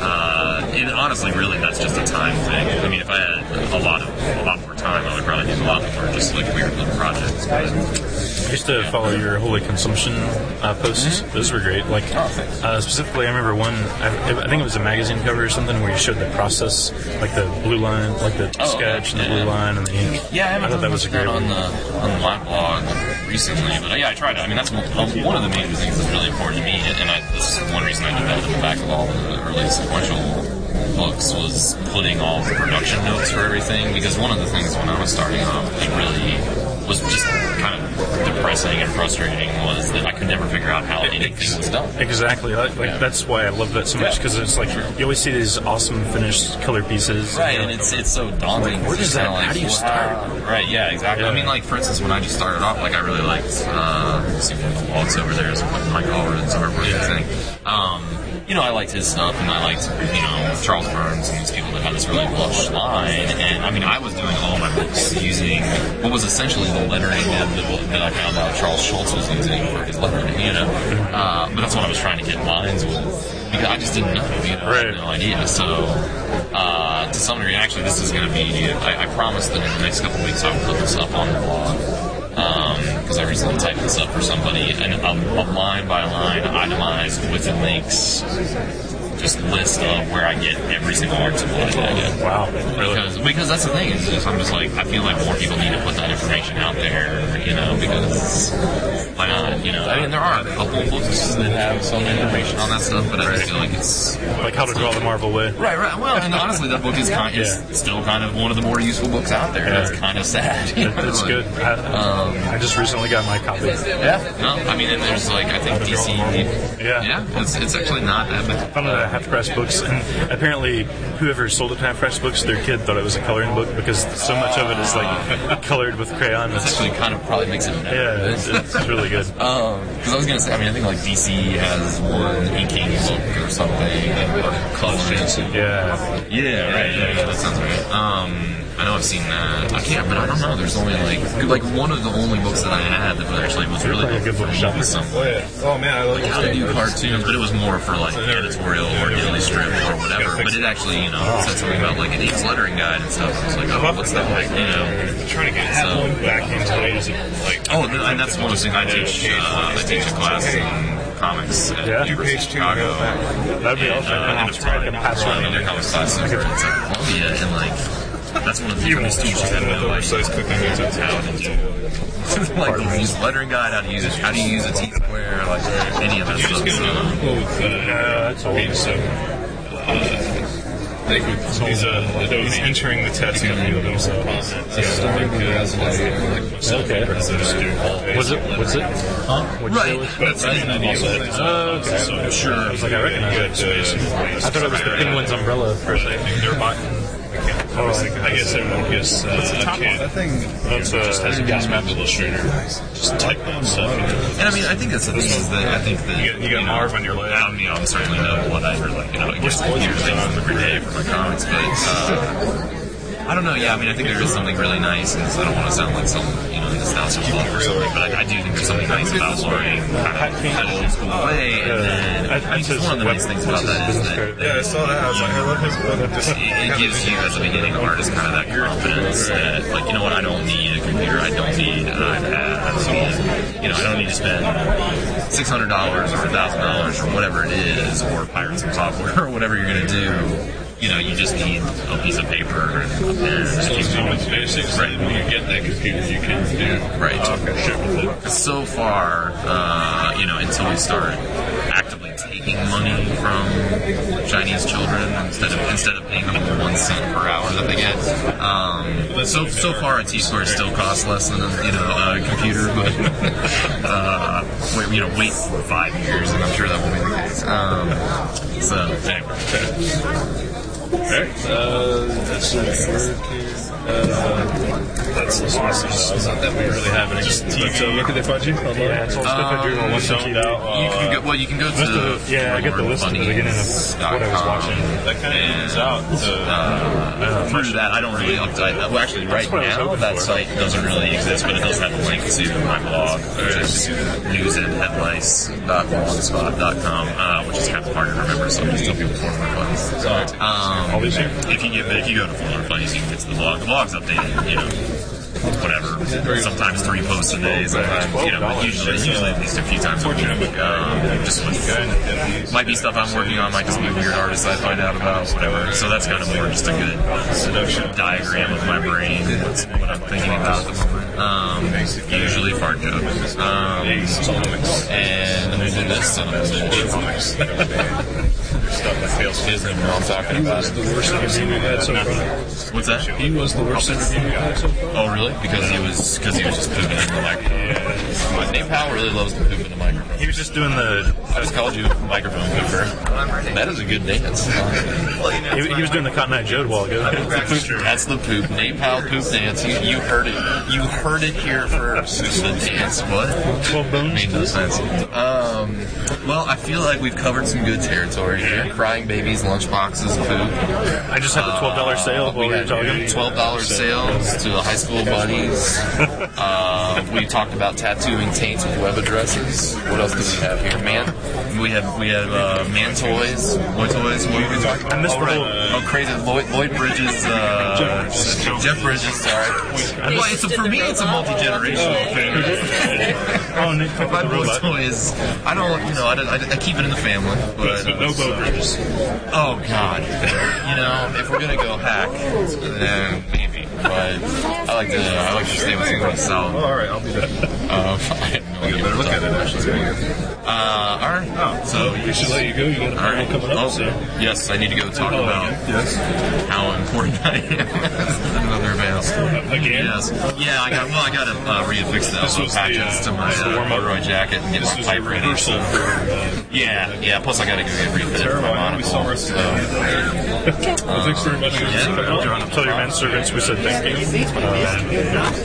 Speaker 7: uh, and honestly, really, that's just a time thing. I mean, if I had a lot of a lot more time, I would probably do a lot more just like weird little projects. But
Speaker 4: I used to follow your holy consumption uh, posts.
Speaker 7: Mm-hmm.
Speaker 4: Those were great. Like
Speaker 7: Oh,
Speaker 4: uh, specifically, I remember one. I, I think it was a magazine cover or something where you showed the process, like the blue line, like the
Speaker 7: Oh,
Speaker 4: sketch and the
Speaker 7: yeah.
Speaker 4: blue line and the ink.
Speaker 7: Yeah, I haven't
Speaker 4: thought
Speaker 7: done
Speaker 4: that was a
Speaker 7: much
Speaker 4: great
Speaker 7: of that
Speaker 4: one.
Speaker 7: on the on my blog recently, but uh, yeah, I tried it. I mean, that's one uh, one of the major things that's really important to me, and I, this is one reason I did that in the back of all the early sequential books was putting all the production notes for everything because one of the things when I was starting off that really was just kind of depressing and frustrating was that I could never figure out how anything was done.
Speaker 4: Exactly. Like, like, that's why I love that so much
Speaker 7: Yeah.
Speaker 4: because it's like you always see these awesome finished color pieces.
Speaker 7: Right,
Speaker 4: you're
Speaker 7: and
Speaker 4: like,
Speaker 7: it's it's so daunting.
Speaker 4: Like, where
Speaker 7: It's
Speaker 4: does that-
Speaker 7: kinda
Speaker 4: how do you
Speaker 7: wow.
Speaker 4: start?
Speaker 7: Right, yeah, exactly. I
Speaker 4: Yeah.
Speaker 7: mean, like for instance, when I just started off, like I really liked uh, let's see one of the walks over there is Mike Allred's artwork. I think. Um, you know, I liked his stuff, and I liked you know Charles Burns and these people that had this really lush line. And I mean, I was doing all my books using what was essentially the lettering that, that, that I found out Charles Schultz was using for his lettering. You know,
Speaker 4: Mm-hmm.
Speaker 7: uh, but that's what I was trying to get lines with. Because I just didn't know, you know, I had
Speaker 4: Right.
Speaker 7: no idea. So, uh, to some degree, actually, this is going to be. I, I promised that in the next couple weeks I would put this up on the blog um, because I recently typed this up for somebody, and a, a line by line, itemized with the links, just list of where I get every single art supply that I get.
Speaker 4: Wow. Really?
Speaker 7: Because, because that's the thing is just, I'm just like I feel like more people need to put that information out there, you know, because why not? You know, I mean there are a couple books that have some information on that stuff, but I just feel like it's
Speaker 4: Like how to draw the Marvel way.
Speaker 7: Right, right. Well, and honestly, that book is kind is
Speaker 4: Yeah.
Speaker 7: still kind of one of the more useful books out there.
Speaker 4: Yeah.
Speaker 7: That's kind of sad. you
Speaker 4: It,
Speaker 7: know,
Speaker 4: it's
Speaker 7: like-
Speaker 4: good.
Speaker 7: Um,
Speaker 4: I, I just recently got my copy.
Speaker 7: Yeah. No, I mean, and there's like I think DC.
Speaker 4: Yeah.
Speaker 7: it's, it's actually not that. But
Speaker 4: Found it at Half Price Books, and apparently, whoever sold it to Half Price Books, their kid thought it was a coloring book because so much of it is like colored with crayon.
Speaker 7: it's
Speaker 4: It's,
Speaker 7: actually kind of probably makes it better.
Speaker 4: yeah, it's, it's really good.
Speaker 7: Because I was gonna say, I mean, I think like DC has one inking book or something, or collection.
Speaker 4: Yeah,
Speaker 7: Yeah, right. Yeah, yeah, that sounds right. Um, I know I've seen that. I can't, but I don't know. There's only like like one of the only books that I had that was actually was really
Speaker 4: probably a
Speaker 7: good
Speaker 4: good
Speaker 7: for me
Speaker 4: bookshop.
Speaker 7: was some
Speaker 9: Oh, yeah. Oh, man, I like
Speaker 7: how to do cartoons, but it was more for like editorial or daily strip or whatever. But it actually, you know, said something about like an Eve's lettering guide and stuff. I was like, oh, what's that like? You know.
Speaker 9: trying to get
Speaker 7: So-
Speaker 9: someone back into ways of, like,
Speaker 7: Oh, and and that's one of the things I teach. Uh, I teach a class in comics at
Speaker 4: Yeah.
Speaker 7: the University of Chicago.
Speaker 4: that'd be
Speaker 7: And,
Speaker 4: awesome.
Speaker 7: uh,
Speaker 4: I
Speaker 7: and
Speaker 4: could
Speaker 7: it's
Speaker 4: I
Speaker 7: probably
Speaker 4: could
Speaker 7: not
Speaker 4: pass
Speaker 7: run
Speaker 4: around.
Speaker 7: in their comics classes over at South Columbia, and like that's one of the things we teach them about like
Speaker 9: oversized cooking needs a
Speaker 7: how to do like the use lettering guide, how to use it, how do you use a T square, like any of that stuff. So,
Speaker 4: that's old.
Speaker 9: He's, uh, uh, he's, uh, he's entering the tattoo field himself.
Speaker 4: Okay. Was it? Was it? Huh? What'd you say it was?
Speaker 7: right, right.
Speaker 4: okay.
Speaker 9: Sure.
Speaker 4: I was like, I recognize
Speaker 9: that.
Speaker 4: I thought it was the Penguin's umbrella person.
Speaker 9: They're buying. Oh, I, guess everyone guess uh, kid. That thing just has a gas map illustrator. Just type down stuff.
Speaker 7: And I mean, I think that's the thing is that I think that you got, you got Marv on your list. I mean, I'm certainly not what I like. You know, I guess I hear things every day from my comics, but uh, I don't know. Yeah, I mean, I think there is something really nice, and I don't want to sound like some you know nostalgic punk or something, but I, I do think there's something nice about learning kind of that old school way. And then I think one of the nice things about that is that
Speaker 9: Yeah, I saw that. I was like, I love him.
Speaker 7: it, it gives you as a beginning artist kind of that confidence that like you know what I don't need a computer I don't need an iPad I don't need, you know I don't need to spend six hundred dollars or thousand dollars or whatever it is or pirate some software or whatever you're gonna do you know you just need a piece of paper and a pen
Speaker 9: So it's comics basics. Right. When you get that computer, you can do
Speaker 7: Right.
Speaker 9: awkward shit with it.
Speaker 7: so far, uh, you know, until we start actively taking money from Chinese children instead of instead of paying them one cent per hour that they get. Um, so so far, a T square still costs less than a, you know a computer, but uh, wait, you know, wait five years, and I'm sure that will be the case. Um, so
Speaker 9: Alright, uh, that's it. Uh, that's the awesome. It's not that we really have any. Just TV. So look at the budget. Yeah, it's all
Speaker 7: stuff I do on
Speaker 9: what's
Speaker 7: Um, Uh, you can go, well, you can go to
Speaker 4: List of- yeah, I get the list at the beginning of what I was
Speaker 7: LordBunnies.com.
Speaker 4: watching.
Speaker 9: That kind of evens out.
Speaker 7: uh, through that, I don't really update that. Well, actually, right
Speaker 4: what I was
Speaker 7: now,
Speaker 4: hoping
Speaker 7: that
Speaker 4: for.
Speaker 7: site doesn't really exist, but it does have a link to my blog, which is newsandheadlights.blogspot.com, uh, which is kind of hard to remember, so I just tell people Former Bunnies. Um, if you get, but if you go to Former Bunnies, you can get to the blog. The blog's updated, you know. Whatever. Sometimes three posts a day. Sometimes, you know, but usually, usually at least a few times a week. Um, just with might be stuff I'm working on, might just be weird artists I find out about, whatever. So that's kind of more just a good diagram of my brain, what's, what I'm thinking about at the moment. Um, usually fart jokes. Um, and then there's this son of a bitch.
Speaker 9: Stuff that fails his name. I'm talking about. uh, He was the worst interview we've had so far.
Speaker 7: What's that?
Speaker 9: He was the worst interview we've had so far.
Speaker 7: Oh, really? Because he was because he was just pooping in the microphone. Yeah. Nate Powell really loves to poop in the microphone.
Speaker 4: He was just doing the
Speaker 7: I just called you microphone pooper. That is a good dance.
Speaker 4: he, he was doing the Cotton Eye Joe a while ago.
Speaker 7: That's the poop. Napalm poop dance. You, you heard it. You heard it here first. The dance. What?
Speaker 4: Twelve bones.
Speaker 7: Made no sense. Um, well, I feel like we've covered some good territory here. Crying babies, lunchboxes, food.
Speaker 4: I just had the twelve
Speaker 9: Uh,
Speaker 4: dollar sale while we were talking.
Speaker 7: Twelve dollars sales to the high school buddies. Uh, we talked about tattooing taints with web addresses. What else do we have here? Man, we have we have uh, man toys, boy toys. What were we talking about?
Speaker 4: I missed
Speaker 7: oh,
Speaker 4: the
Speaker 7: right.
Speaker 4: whole-
Speaker 7: Oh, crazy Lloyd, Lloyd Bridges. Uh, Jeff Bridges. Sorry. Well, it's a, for me, it's a multi generational thing.
Speaker 4: Oh, Nick talked
Speaker 7: My
Speaker 4: about the
Speaker 7: boy
Speaker 4: robot.
Speaker 7: toys. I don't. You know, I, don't, I, I keep it in the family. But,
Speaker 9: But no boat bridges.
Speaker 7: Oh God! You know, if we're gonna go hack, then maybe. But I like to, I like to stay with something solid.
Speaker 9: All right, I'll be back.
Speaker 7: Um, I have no idea.
Speaker 9: Better look
Speaker 7: what's
Speaker 9: at
Speaker 7: up.
Speaker 9: it actually.
Speaker 7: Uh, all right. so
Speaker 9: Oh, We should let you go. You got a
Speaker 7: All
Speaker 9: panel
Speaker 7: right.
Speaker 9: coming up.
Speaker 7: Oh,
Speaker 9: So. Oh,
Speaker 7: yes, I need to go talk about
Speaker 9: Yes.
Speaker 7: how important I am. Another veil.
Speaker 9: Again.
Speaker 7: Yes. Yeah, I got. Well, I got to uh, reaffix the
Speaker 9: This
Speaker 7: elbow
Speaker 9: was the,
Speaker 7: patches
Speaker 9: uh,
Speaker 7: to my
Speaker 9: this was the
Speaker 7: uh,
Speaker 9: warm-up.
Speaker 7: corduroy jacket and get
Speaker 9: This
Speaker 7: my
Speaker 9: was a
Speaker 7: pipe ready.
Speaker 9: rehearsal for uh,
Speaker 7: Yeah, yeah. Plus, I got to go get refitted for my
Speaker 9: Paramount. We saw
Speaker 7: monocle.
Speaker 9: us.
Speaker 7: So.
Speaker 9: Well, thanks very much. Uh,
Speaker 7: yeah.
Speaker 4: Tell your manservants we said thank you.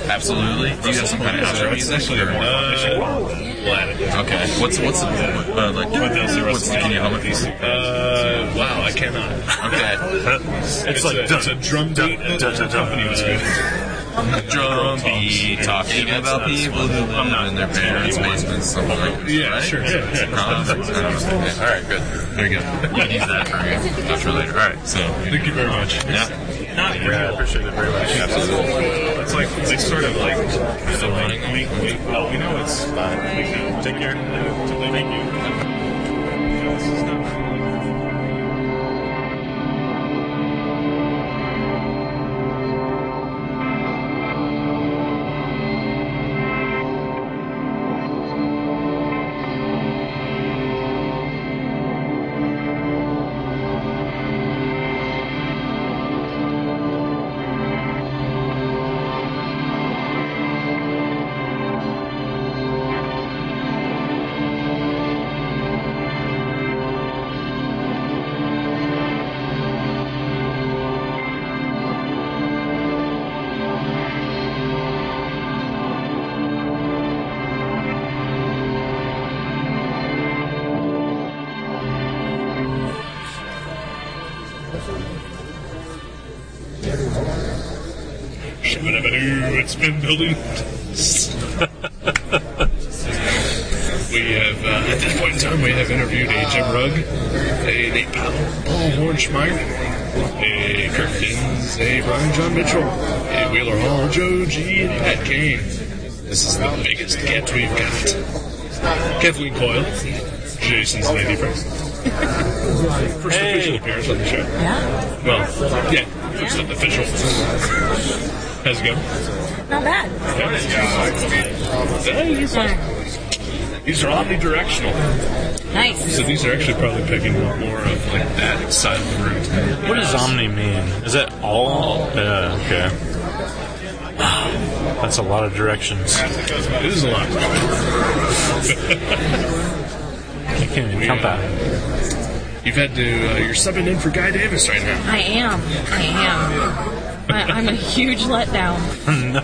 Speaker 7: Absolutely. Do you have some kind of outro music?
Speaker 9: Actually,
Speaker 7: or-
Speaker 9: uh, Aladdin.
Speaker 7: Okay. What's what's the uh, like?
Speaker 9: What else the
Speaker 7: What's
Speaker 9: rest
Speaker 7: the,
Speaker 9: of
Speaker 7: can you help me?
Speaker 9: Uh, wow, I cannot.
Speaker 7: Okay.
Speaker 4: It's, like
Speaker 9: a, it's a drum beat. and
Speaker 4: dun, dun, dun.
Speaker 9: company was good.
Speaker 7: Drum beat talking about people who live in their parents' basements. Something like this,
Speaker 9: Yeah,
Speaker 7: right?
Speaker 9: sure. Yeah, yeah.
Speaker 7: Uh, okay. All right. Good. There you go. You can use that for your outro later. All right. So
Speaker 9: Thank you very much.
Speaker 7: yeah.
Speaker 9: Not
Speaker 4: Yeah, I appreciate it very much.
Speaker 9: Absolutely. It's like it's sort of like it's like we, we, well, we know it's fine. We can take care. Thank you.
Speaker 4: Shabba-dabba-doo, It's been building. we have, uh, at this point in time, we have interviewed a Jim Rugg, a Nate Powell, Paul Warrenschmeyer, a Kirk Fins, a Brian John Mitchell, a Wheeler Hall, Joe G, and Pat Kane. This is the biggest get we've got. Kathleen Coyle, Jason's lady friend. First official appearance on the show.
Speaker 10: Yeah.
Speaker 4: Well, yeah, first official. How's it going?
Speaker 10: Not bad.
Speaker 4: Yeah, you're- These are omnidirectional.
Speaker 10: Nice.
Speaker 4: So these are actually probably picking up more of like that side of the route.
Speaker 2: What does omni mean? Is that all?
Speaker 4: Uh,
Speaker 2: Yeah, okay. That's a lot of directions.
Speaker 4: It is a lot.
Speaker 2: I can't even count that.
Speaker 4: You've had to. Uh, you're subbing in for Guy Davis right now.
Speaker 10: I am. I am. I, I'm a huge letdown.
Speaker 2: no.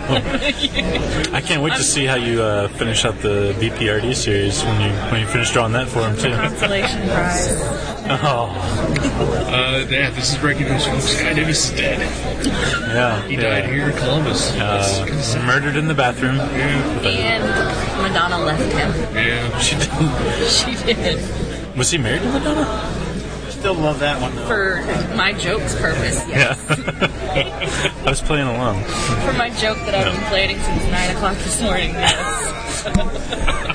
Speaker 2: I can't wait to see how you uh, finish up the BPRD series when you when you finish drawing that for him too.
Speaker 10: Consolation prize.
Speaker 2: Oh,
Speaker 4: Uh, yeah, this is breaking news, folks. Guy Davis is dead.
Speaker 2: yeah.
Speaker 4: He died here in Columbus.
Speaker 2: Uh, murdered in the bathroom.
Speaker 10: And Madonna left him.
Speaker 4: yeah.
Speaker 2: She did.
Speaker 10: She did.
Speaker 2: Was he married to Madonna?
Speaker 11: Still love that one though.
Speaker 10: For my joke's purpose.
Speaker 2: Yeah.
Speaker 10: Yes.
Speaker 2: I was playing along.
Speaker 10: For my joke that I've been planning since 9 o'clock this morning. Yes.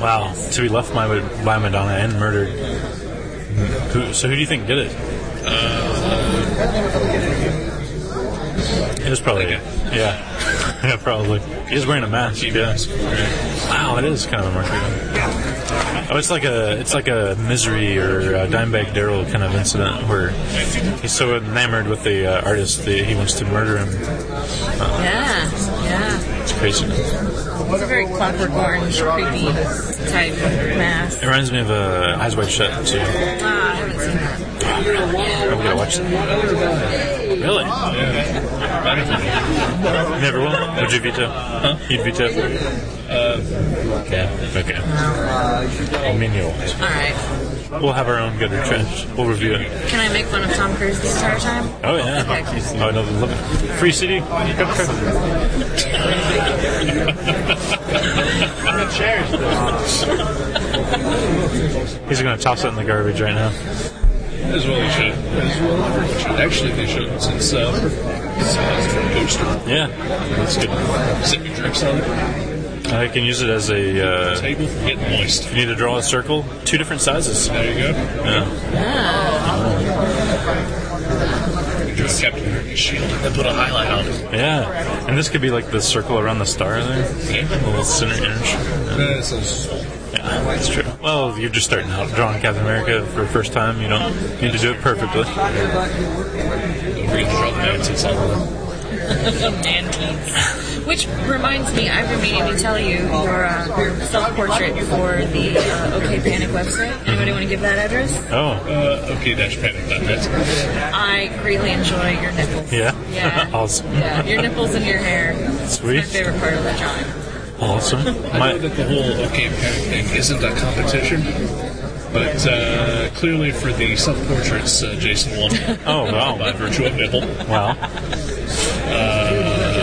Speaker 2: Wow. To be left by, by Madonna and murdered. Who, so who do you think did it? Uh, it was probably. Yeah. Yeah, probably. He is wearing a mask. Yeah. Wow, it is kind of a marker. Oh, it's like a it's like a misery or uh Dimebag Daryl kind of incident where he's so enamored with the uh, artist that he wants to murder him.
Speaker 10: Yeah. Yeah.
Speaker 2: It's crazy.
Speaker 10: It's a very clockwork orange, creepy type mask.
Speaker 2: It reminds me of uh, Eyes Wide Shut too.
Speaker 10: Ah, I haven't seen that.
Speaker 2: I'm gonna watch that. Really? Never will. Would you veto? Huh? Uh, You'd veto? yeah. Okay. I mean, you'll.
Speaker 10: Alright.
Speaker 2: We'll have our own gutter trash. We'll review it.
Speaker 10: Can I make fun of Tom Cruise this entire time?
Speaker 2: Oh yeah. Oh, I know the limit. Free city. He's gonna toss it in the garbage right now.
Speaker 4: As well, he should. As well, everyone should. Actually, they should. Since uh, it's uh, poster,
Speaker 2: Yeah. That's good.
Speaker 4: set your drips on it.
Speaker 2: I can use it as a. Uh,
Speaker 4: Table, get moist.
Speaker 2: you need to draw a circle. Two different sizes.
Speaker 4: There you go.
Speaker 2: Yeah.
Speaker 4: Drew a Captain America shield and put a highlight on it.
Speaker 2: Yeah. And this could be like the circle around the star there. A little center image.
Speaker 4: This is
Speaker 2: Yeah, that's true. Well, you're just starting out drawing Captain America for the first time. You don't need to do it perfectly.
Speaker 4: real drug notes and something.
Speaker 10: Mankeys. Which reminds me, I've been meaning to tell you your uh, self portrait for the uh, OK Panic website. Anybody want to give that address?
Speaker 2: Oh,
Speaker 4: Uh, okay, dash panic dot net.
Speaker 10: I greatly enjoy your nipples.
Speaker 2: Yeah?
Speaker 10: Yeah.
Speaker 2: Awesome.
Speaker 10: Yeah. Your nipples and your hair.
Speaker 2: Sweet.
Speaker 10: It's my favorite part of the drawing.
Speaker 2: awesome.
Speaker 4: I know
Speaker 2: My,
Speaker 4: that the whole okay panic thing isn't a competition, but uh, clearly for the self portraits, uh, Jason won
Speaker 2: oh,
Speaker 4: by
Speaker 2: wow.
Speaker 4: virtue of nipple.
Speaker 2: Wow.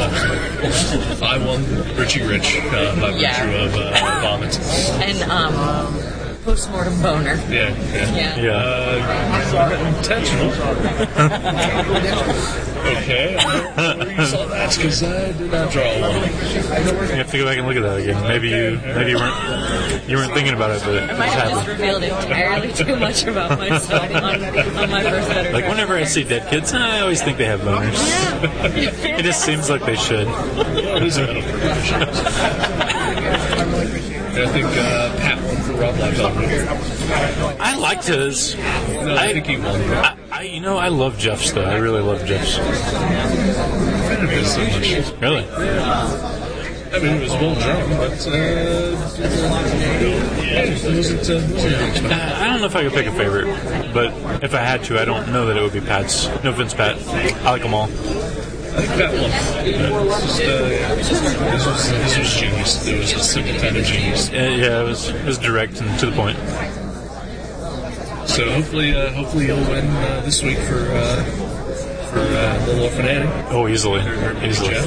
Speaker 4: I won Richie Rich uh, by virtue
Speaker 10: Yeah.
Speaker 4: of uh, vomit.
Speaker 10: And um, postmortem boner.
Speaker 4: Yeah, yeah.
Speaker 10: Yeah.
Speaker 2: Yeah.
Speaker 4: Uh, intentional. okay, I don't know where you saw that because I did not draw one.
Speaker 2: You have to go back and look at that again. Maybe you maybe you weren't you weren't thinking about it, but
Speaker 10: I
Speaker 2: it
Speaker 10: might
Speaker 2: just
Speaker 10: have just
Speaker 2: happened.
Speaker 10: revealed entirely too much about myself on, on my first letter.
Speaker 2: Like whenever I see dead kids, I always think they have boners. It just seems like they should.
Speaker 4: It is a metal production. I think uh, Pat won for Rob Liefeld.
Speaker 2: I liked his.
Speaker 4: No, I, think he won.
Speaker 2: I, I, you know, I love Jeff's though. I really love Jeff's.
Speaker 4: so much.
Speaker 2: Really?
Speaker 4: I mean, it was well drawn, but uh, yeah, it wasn't. Uh, wasn't
Speaker 2: Uh, I don't know if I could pick a favorite, but if I had to, I don't know that it would be Pat's. No offense, Pat. I like them all.
Speaker 4: I think that one. Just, uh, this was this was genius. There was a single kind of genius.
Speaker 2: Uh, yeah, it was it was direct and to the point.
Speaker 4: So
Speaker 9: So hopefully, uh, hopefully you'll win uh, this week for uh, for uh, Little Orphan Annie.
Speaker 4: Oh, easily, easily.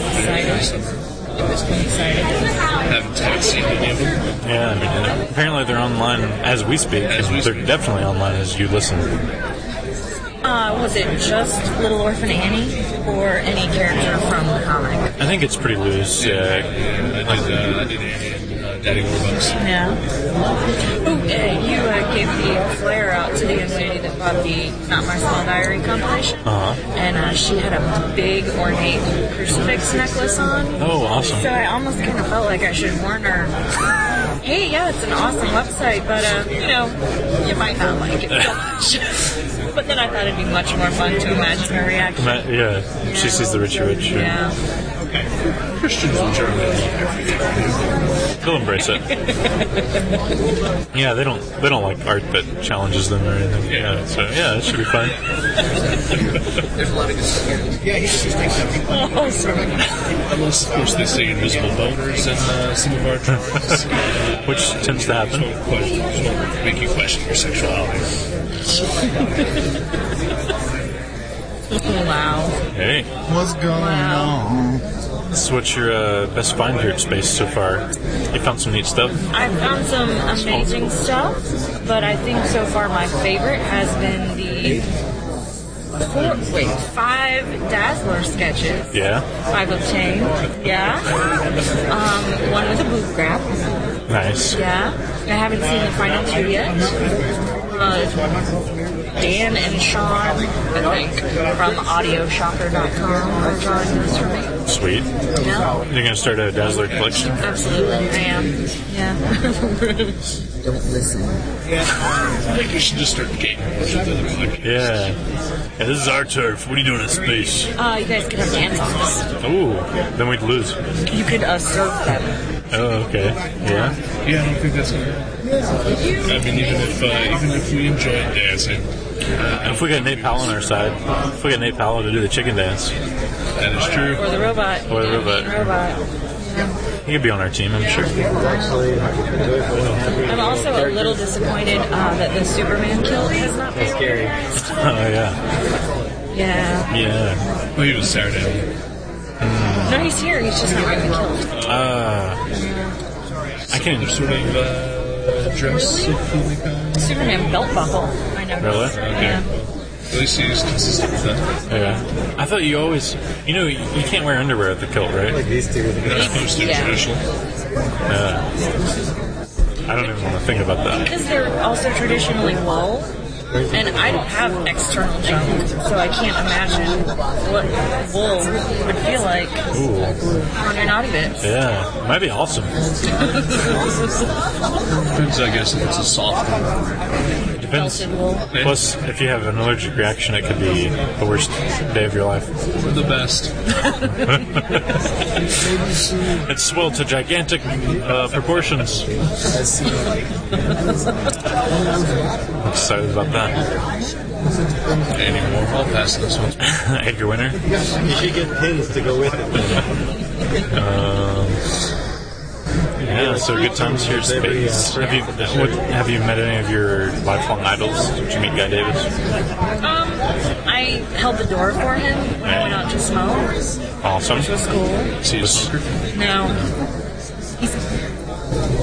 Speaker 9: Haven't, haven't seen any of them.
Speaker 4: Yeah, I mean, apparently they're online as we speak. and they're definitely online as you listen.
Speaker 10: Uh, was it just Little Orphan Annie or any character from the comic?
Speaker 4: I think it's pretty loose. Yeah, yeah
Speaker 9: I did. Uh, I did Annie and uh, Daddy Warbucks.
Speaker 10: Yeah. Oh, uh, you uh, gave the flyer out to the young lady that bought the Not My Small Diary compilation,
Speaker 4: Uh huh.
Speaker 10: and uh, she had a big ornate crucifix necklace on.
Speaker 4: Oh, awesome.
Speaker 10: So I almost kind of felt like I should warn her. Hey, yeah, it's an awesome website, but uh, you know, you might not like it so much. but then I thought it'd be much more fun to imagine her reaction.
Speaker 2: Uh,
Speaker 4: Ma- yeah, she sees the Richie Rich.
Speaker 10: Yeah.
Speaker 9: Christians in Germany.
Speaker 4: They'll embrace it. yeah, they don't they don't like art that challenges them or anything. Yeah, so yeah, it should be fun.
Speaker 3: There's a lot of good stuff here. Yeah, he just thinks something.
Speaker 10: Oh, sorry.
Speaker 9: Unless, of course, they see invisible boners in uh, some of our drawings.
Speaker 4: Which tends to happen.
Speaker 9: Don't question- don't make you question your sexuality.
Speaker 10: Wow.
Speaker 4: Hey,
Speaker 12: What's going on?
Speaker 4: so what's your uh, best find here at space so far? You found some neat stuff.
Speaker 10: I found some amazing stuff, but I think so far my favorite has been the four, wait five Dazzler sketches.
Speaker 4: Yeah,
Speaker 10: I've obtained. Yeah. Um, one with a boob grab.
Speaker 4: nice.
Speaker 10: Yeah. I haven't seen the final two yet. Uh, Dan and Sean, I think, from audioshocker.com are drawing those for me.
Speaker 4: Sweet.
Speaker 10: Yeah.
Speaker 4: You're gonna start a Dazzler collection.
Speaker 10: Absolutely, I am. Yeah.
Speaker 3: Don't listen.
Speaker 9: I think we should just start gating with other podcasts.
Speaker 4: Yeah. yeah, this is our turf. What are you doing in space?
Speaker 10: Uh, you guys could have dance offs.
Speaker 4: Ooh, then we'd lose.
Speaker 10: You could uh, serve them.
Speaker 4: Oh, okay. Yeah.
Speaker 9: Yeah, I don't think that's gonna. I mean, even if uh, even if we enjoy dancing,
Speaker 4: Uh, If we got Nate Powell on our side, if we got Nate Powell to do the chicken dance,
Speaker 9: that is true.
Speaker 10: Or the robot.
Speaker 4: Or the robot.
Speaker 10: Robot.
Speaker 4: he could be on our team, I'm sure.
Speaker 10: I'm also a little disappointed uh, that the Superman kill has not been scary.
Speaker 4: Oh yeah,
Speaker 10: Yeah.
Speaker 4: yeah.
Speaker 9: Well, he was Saturday.
Speaker 10: No, he's here. He's just not really killed.
Speaker 4: Uh, I
Speaker 9: They're
Speaker 4: can
Speaker 9: sort of uh, dress. if you like that.
Speaker 10: Superman belt buckle. I know.
Speaker 4: Really?
Speaker 10: Yeah.
Speaker 9: At least he's consistent with that.
Speaker 4: Yeah. I thought you always, you know, you you can't wear underwear at the kilt, right?
Speaker 8: These two.
Speaker 9: That's supposed to be
Speaker 10: Yeah.
Speaker 9: traditional.
Speaker 4: I don't even want to think about that.
Speaker 10: Because they're also traditionally wool, and I don't have external junk, so I can't imagine what wool would feel like
Speaker 4: Ooh.
Speaker 10: on and out of it.
Speaker 4: Yeah. Might be awesome.
Speaker 9: Depends, I guess, if it's a soft one.
Speaker 4: Depends.
Speaker 10: Belted wool.
Speaker 4: Plus, if you have an allergic reaction, it could be the worst day of your life.
Speaker 9: We're the best.
Speaker 4: It's swelled to gigantic uh, proportions. Excited about that.
Speaker 9: Andy Warhol passed this one.
Speaker 4: Edgar Winter.
Speaker 8: You should get pins to go with it.
Speaker 4: Yeah, so good times here, space. Have you what, have you met any of your lifelong idols? Did you meet Guy Davis?
Speaker 10: Um, I held the door for him when I went out to smoke.
Speaker 4: Awesome.
Speaker 10: Cool.
Speaker 4: See you soon.
Speaker 10: No. He's,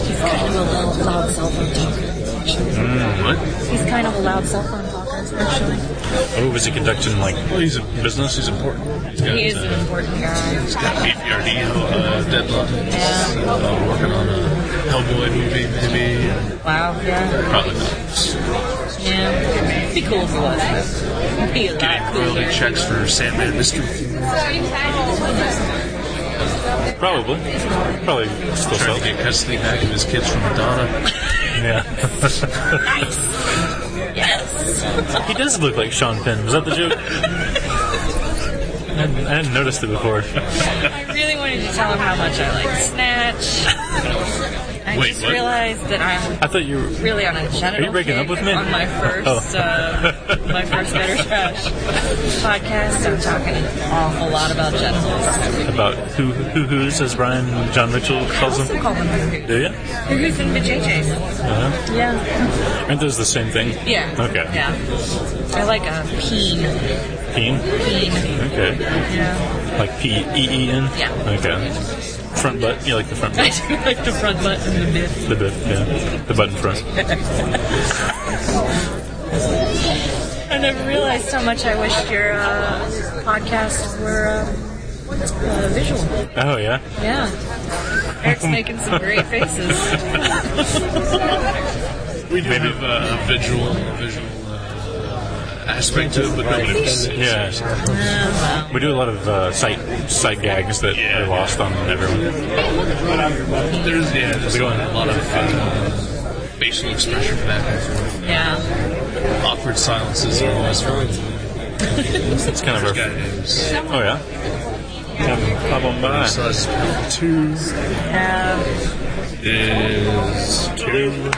Speaker 10: he's kind of a loud, loud cell phone talker.
Speaker 4: What?
Speaker 10: He's kind of a loud cell phone talker, actually.
Speaker 4: Oh, was he conducting like? Well, he's a business. He's important. He's got
Speaker 10: He is an
Speaker 4: uh,
Speaker 10: important guy.
Speaker 9: BPRD uh, deadline. Uh, working on a Hellboy movie, maybe.
Speaker 10: Wow, yeah.
Speaker 9: Probably not.
Speaker 10: Yeah. It'd be cool if he was. Be a lot
Speaker 9: Royalty
Speaker 10: cooler.
Speaker 9: checks for Sandman Mystery.
Speaker 4: probably, probably
Speaker 9: Trying to
Speaker 4: still selling.
Speaker 9: get custody back of his kids from Madonna.
Speaker 4: Yeah,
Speaker 10: Yes.
Speaker 4: he does look like Sean Penn. Was that the joke? I hadn't, I hadn't noticed it before.
Speaker 10: I really wanted to tell him how much I like Snatch. I
Speaker 4: Wait,
Speaker 10: just
Speaker 4: what?
Speaker 10: realized that I'm
Speaker 4: I thought you were.
Speaker 10: really on a genital
Speaker 4: Are you breaking
Speaker 10: kick
Speaker 4: up with me?
Speaker 10: on my first
Speaker 4: Oh.
Speaker 10: uh, my first better trash podcast. I'm talking an awful lot about genitals.
Speaker 4: About who who who's as Brian John Mitchell calls
Speaker 10: I also
Speaker 4: them.
Speaker 10: call them hoo-hoos.
Speaker 4: Do you?
Speaker 10: Hoo-hoos and vajayjays.
Speaker 4: Uh-huh.
Speaker 10: Yeah.
Speaker 4: Aren't those the same thing?
Speaker 10: Yeah.
Speaker 4: Okay.
Speaker 10: Yeah. They're like a peen.
Speaker 4: Peen?
Speaker 10: Peen.
Speaker 4: Okay.
Speaker 10: Yeah.
Speaker 4: Like P E E N?
Speaker 10: Yeah.
Speaker 4: Okay. Front butt. You like the front
Speaker 10: I
Speaker 4: butt?
Speaker 10: do like the front button a bit.
Speaker 4: The bit, yeah. The butt in front.
Speaker 10: I never realized how much I wished your uh, podcasts were um, uh, visual.
Speaker 4: Oh, yeah?
Speaker 10: Yeah. Eric's making some great faces.
Speaker 2: We do have uh, a visual, visual uh, aspect to it, but nobody can see it.
Speaker 4: Yeah. We do a lot of uh, sight sight gags that are lost on everyone.
Speaker 2: There's, yeah, there's
Speaker 4: it
Speaker 2: a
Speaker 4: going?
Speaker 2: lot of uh, facial expression for that.
Speaker 10: Yeah.
Speaker 2: Awkward silences are always fun.
Speaker 4: It's kind of our. Oh yeah. Come, come on by.
Speaker 2: So that's two
Speaker 10: Uh,
Speaker 4: Um,
Speaker 2: is two.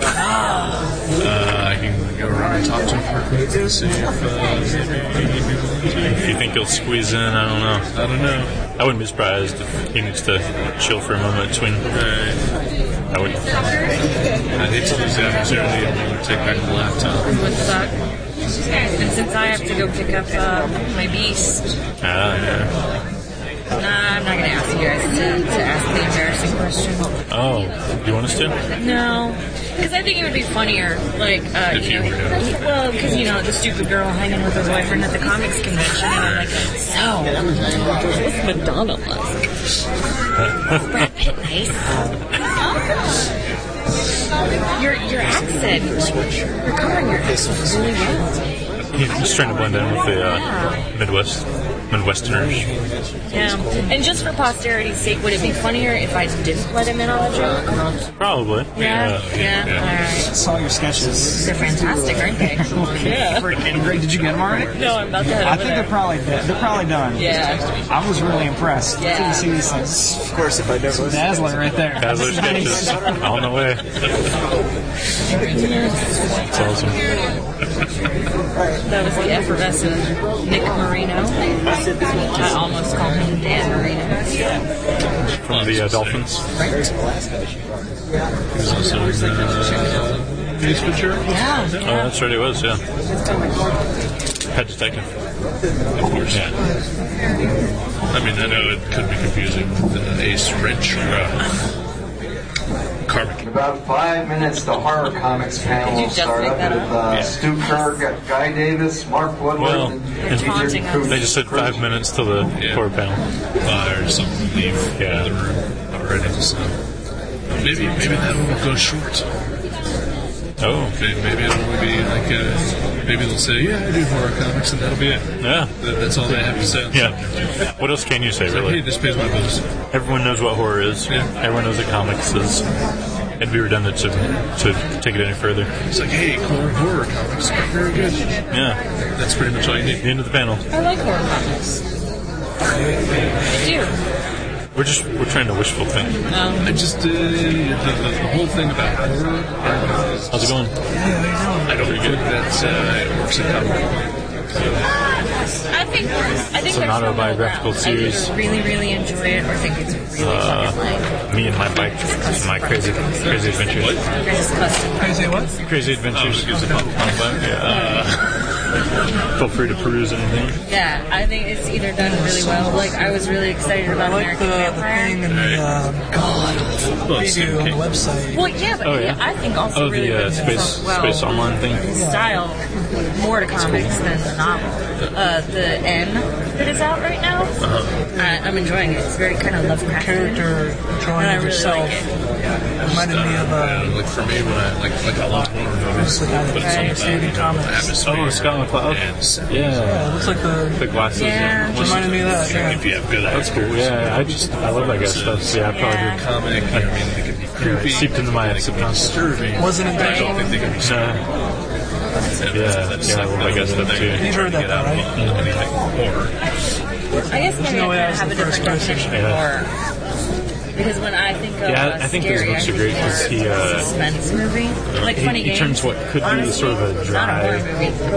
Speaker 4: Ah.
Speaker 2: Uh, I can go around and talk to him real quick and see if uh,
Speaker 4: Do you think he'll squeeze in? I don't know.
Speaker 2: I don't know.
Speaker 4: I wouldn't be surprised if he needs to chill for a moment between. I would.
Speaker 2: I hate to lose the opportunity to take back the laptop.
Speaker 10: would suck. And since I have to go pick up uh, my beast,
Speaker 4: Ah, yeah.
Speaker 10: nah, I'm not going to ask you guys to, to ask the embarrassing question.
Speaker 4: Oh, do you want us to?
Speaker 10: No, because I think it would be funnier, like, uh,
Speaker 4: If
Speaker 10: you
Speaker 4: you
Speaker 10: know,
Speaker 4: were to-
Speaker 10: well, because you know the stupid girl hanging with her boyfriend at the comics convention, and I'm like, so what's Madonna like? Is Brad Pitt nice? Your your accent, you're covering your accent really well.
Speaker 4: He's just trying to blend in with the uh, Midwest Midwesterners.
Speaker 10: Yeah, and just for posterity's sake, would it be funnier if I didn't let him in on the joke?
Speaker 4: Probably.
Speaker 10: Yeah, yeah, all right.
Speaker 6: Saw your sketches.
Speaker 10: They're fantastic, aren't they?
Speaker 6: Yeah. Greg, did you get them already?
Speaker 10: No, I'm about to head
Speaker 6: I
Speaker 10: over
Speaker 6: think they're
Speaker 10: there.
Speaker 6: probably they're probably done.
Speaker 10: Yeah.
Speaker 6: I was really impressed.
Speaker 10: Yeah.
Speaker 6: Didn't see these things. Of course, if I never was dazzling right there.
Speaker 4: Dazzler sketches on the way. It's awesome.
Speaker 10: That was the effervescent Nick Marino. I almost called him Dan Marino.
Speaker 4: From the uh, Dolphins.
Speaker 2: He was also in uh, Ace Ventura.
Speaker 10: Yeah.
Speaker 4: Oh, that's right, it was, yeah. Pet Detective.
Speaker 2: Of course.
Speaker 4: Yeah.
Speaker 2: I mean, I know it could be confusing with uh, Ace Ventura. Karmic.
Speaker 5: In about five minutes, the horror comics panel
Speaker 10: Did you
Speaker 5: will
Speaker 10: just
Speaker 5: start
Speaker 10: make
Speaker 5: up
Speaker 10: that
Speaker 5: with
Speaker 10: up?
Speaker 5: uh,
Speaker 4: Yeah.
Speaker 5: Stu Kerr, Guy Davis, Mark Woodward,
Speaker 4: Well,
Speaker 5: and
Speaker 4: it's
Speaker 5: DJ
Speaker 10: haunting us.
Speaker 5: Cruz.
Speaker 4: They just said five minutes till the
Speaker 2: Yeah.
Speaker 4: horror panel.
Speaker 2: Buy or something, leave
Speaker 4: Yeah.
Speaker 2: the room already. So maybe, maybe that will go short.
Speaker 4: Oh,
Speaker 2: Maybe, maybe it'll only be like, uh, maybe they'll say, yeah, I do horror comics, and that'll be it.
Speaker 4: yeah.
Speaker 2: That, that's all they have to say. on the subject.
Speaker 4: Yeah. What else can you say,
Speaker 2: Like, hey,
Speaker 4: really?
Speaker 2: this pays my bills.
Speaker 4: Everyone knows what horror is.
Speaker 2: Yeah.
Speaker 4: Everyone knows what comics is. It'd be redundant to, to take it any further.
Speaker 2: It's like, hey, horror, horror comics are very good.
Speaker 4: Yeah.
Speaker 2: That's pretty much all you need.
Speaker 4: The end of the panel.
Speaker 10: I like horror comics. I do.
Speaker 4: We're just we're trying to wishful think.
Speaker 2: I just, uh, the, the, the whole thing about horror, uh,
Speaker 4: How's it going?
Speaker 2: I don't think that uh, it works in comic.
Speaker 10: I think I think
Speaker 4: It's
Speaker 10: there's
Speaker 4: an
Speaker 10: no middle
Speaker 4: autobiographical
Speaker 10: ground. I either
Speaker 4: series. Uh,
Speaker 10: really, really enjoy it, or think it's really fucking lame.
Speaker 4: Me and my bike, my crazy crazy adventures.
Speaker 10: You're disgusting.
Speaker 6: Crazy what?
Speaker 4: Crazy adventures.
Speaker 2: Oh, okay.
Speaker 4: Yeah, uh, feel free to peruse anything.
Speaker 10: Yeah, I think it's either done really well. Like I was really excited about
Speaker 6: Like the,
Speaker 10: American
Speaker 6: the
Speaker 10: Vampire.
Speaker 6: thing in the uh, God
Speaker 2: Well, it's
Speaker 6: preview on
Speaker 2: okay.
Speaker 6: the website.
Speaker 10: Well, yeah, but
Speaker 4: Oh,
Speaker 10: yeah,
Speaker 4: yeah.
Speaker 10: I think also
Speaker 4: Oh,
Speaker 10: really
Speaker 4: the uh,
Speaker 10: works
Speaker 4: space
Speaker 10: well.
Speaker 4: space online thing.
Speaker 10: style more to comics than the novel. Uh, the N that is out right now,
Speaker 4: Uh-huh.
Speaker 10: I, I'm enjoying it. It's very kind of Lovecraftian.
Speaker 6: Character drawing
Speaker 10: And I
Speaker 6: of
Speaker 10: really
Speaker 6: yourself
Speaker 10: like it.
Speaker 6: reminded me of
Speaker 2: Uh,
Speaker 6: uh,
Speaker 2: like for me, when I like like I love horror movies, but it's all about you know, the atmosphere.
Speaker 4: Oh, Scott McCloud.
Speaker 2: And sound.
Speaker 4: Yeah,
Speaker 6: it looks like the
Speaker 4: the glasses.
Speaker 10: Yeah.
Speaker 6: it reminded me of that. Yeah.
Speaker 2: If you have good
Speaker 4: That's cool.
Speaker 2: actors,
Speaker 4: Yeah, I just I love that guy stuff. Yeah, I probably
Speaker 10: Yeah.
Speaker 4: would.
Speaker 2: comic. You know, what I mean, they can be creepy.
Speaker 4: seeped into my
Speaker 2: they can be
Speaker 4: subconscious.
Speaker 2: disturbing.
Speaker 6: Wasn't it
Speaker 2: I don't think they can be.
Speaker 4: No.
Speaker 2: scary.
Speaker 4: Yeah, yeah, I love that guy stuff
Speaker 6: You
Speaker 4: too.
Speaker 6: heard that
Speaker 2: Get out
Speaker 6: though, right?
Speaker 2: of anything horror.
Speaker 10: I guess maybe
Speaker 6: No
Speaker 10: I kind
Speaker 6: way
Speaker 10: of
Speaker 6: I was
Speaker 10: have a
Speaker 6: the first
Speaker 10: different definition of
Speaker 4: person.
Speaker 10: horror. Because when I think of
Speaker 4: Yeah,
Speaker 10: uh,
Speaker 4: I think those
Speaker 10: scary,
Speaker 4: books are
Speaker 10: I
Speaker 4: great
Speaker 10: think more
Speaker 4: 'cause he, uh,
Speaker 10: suspense movie, like
Speaker 4: he,
Speaker 10: funny
Speaker 4: he
Speaker 10: games.
Speaker 4: turns what could be sort of a dry subject matter. I mean, you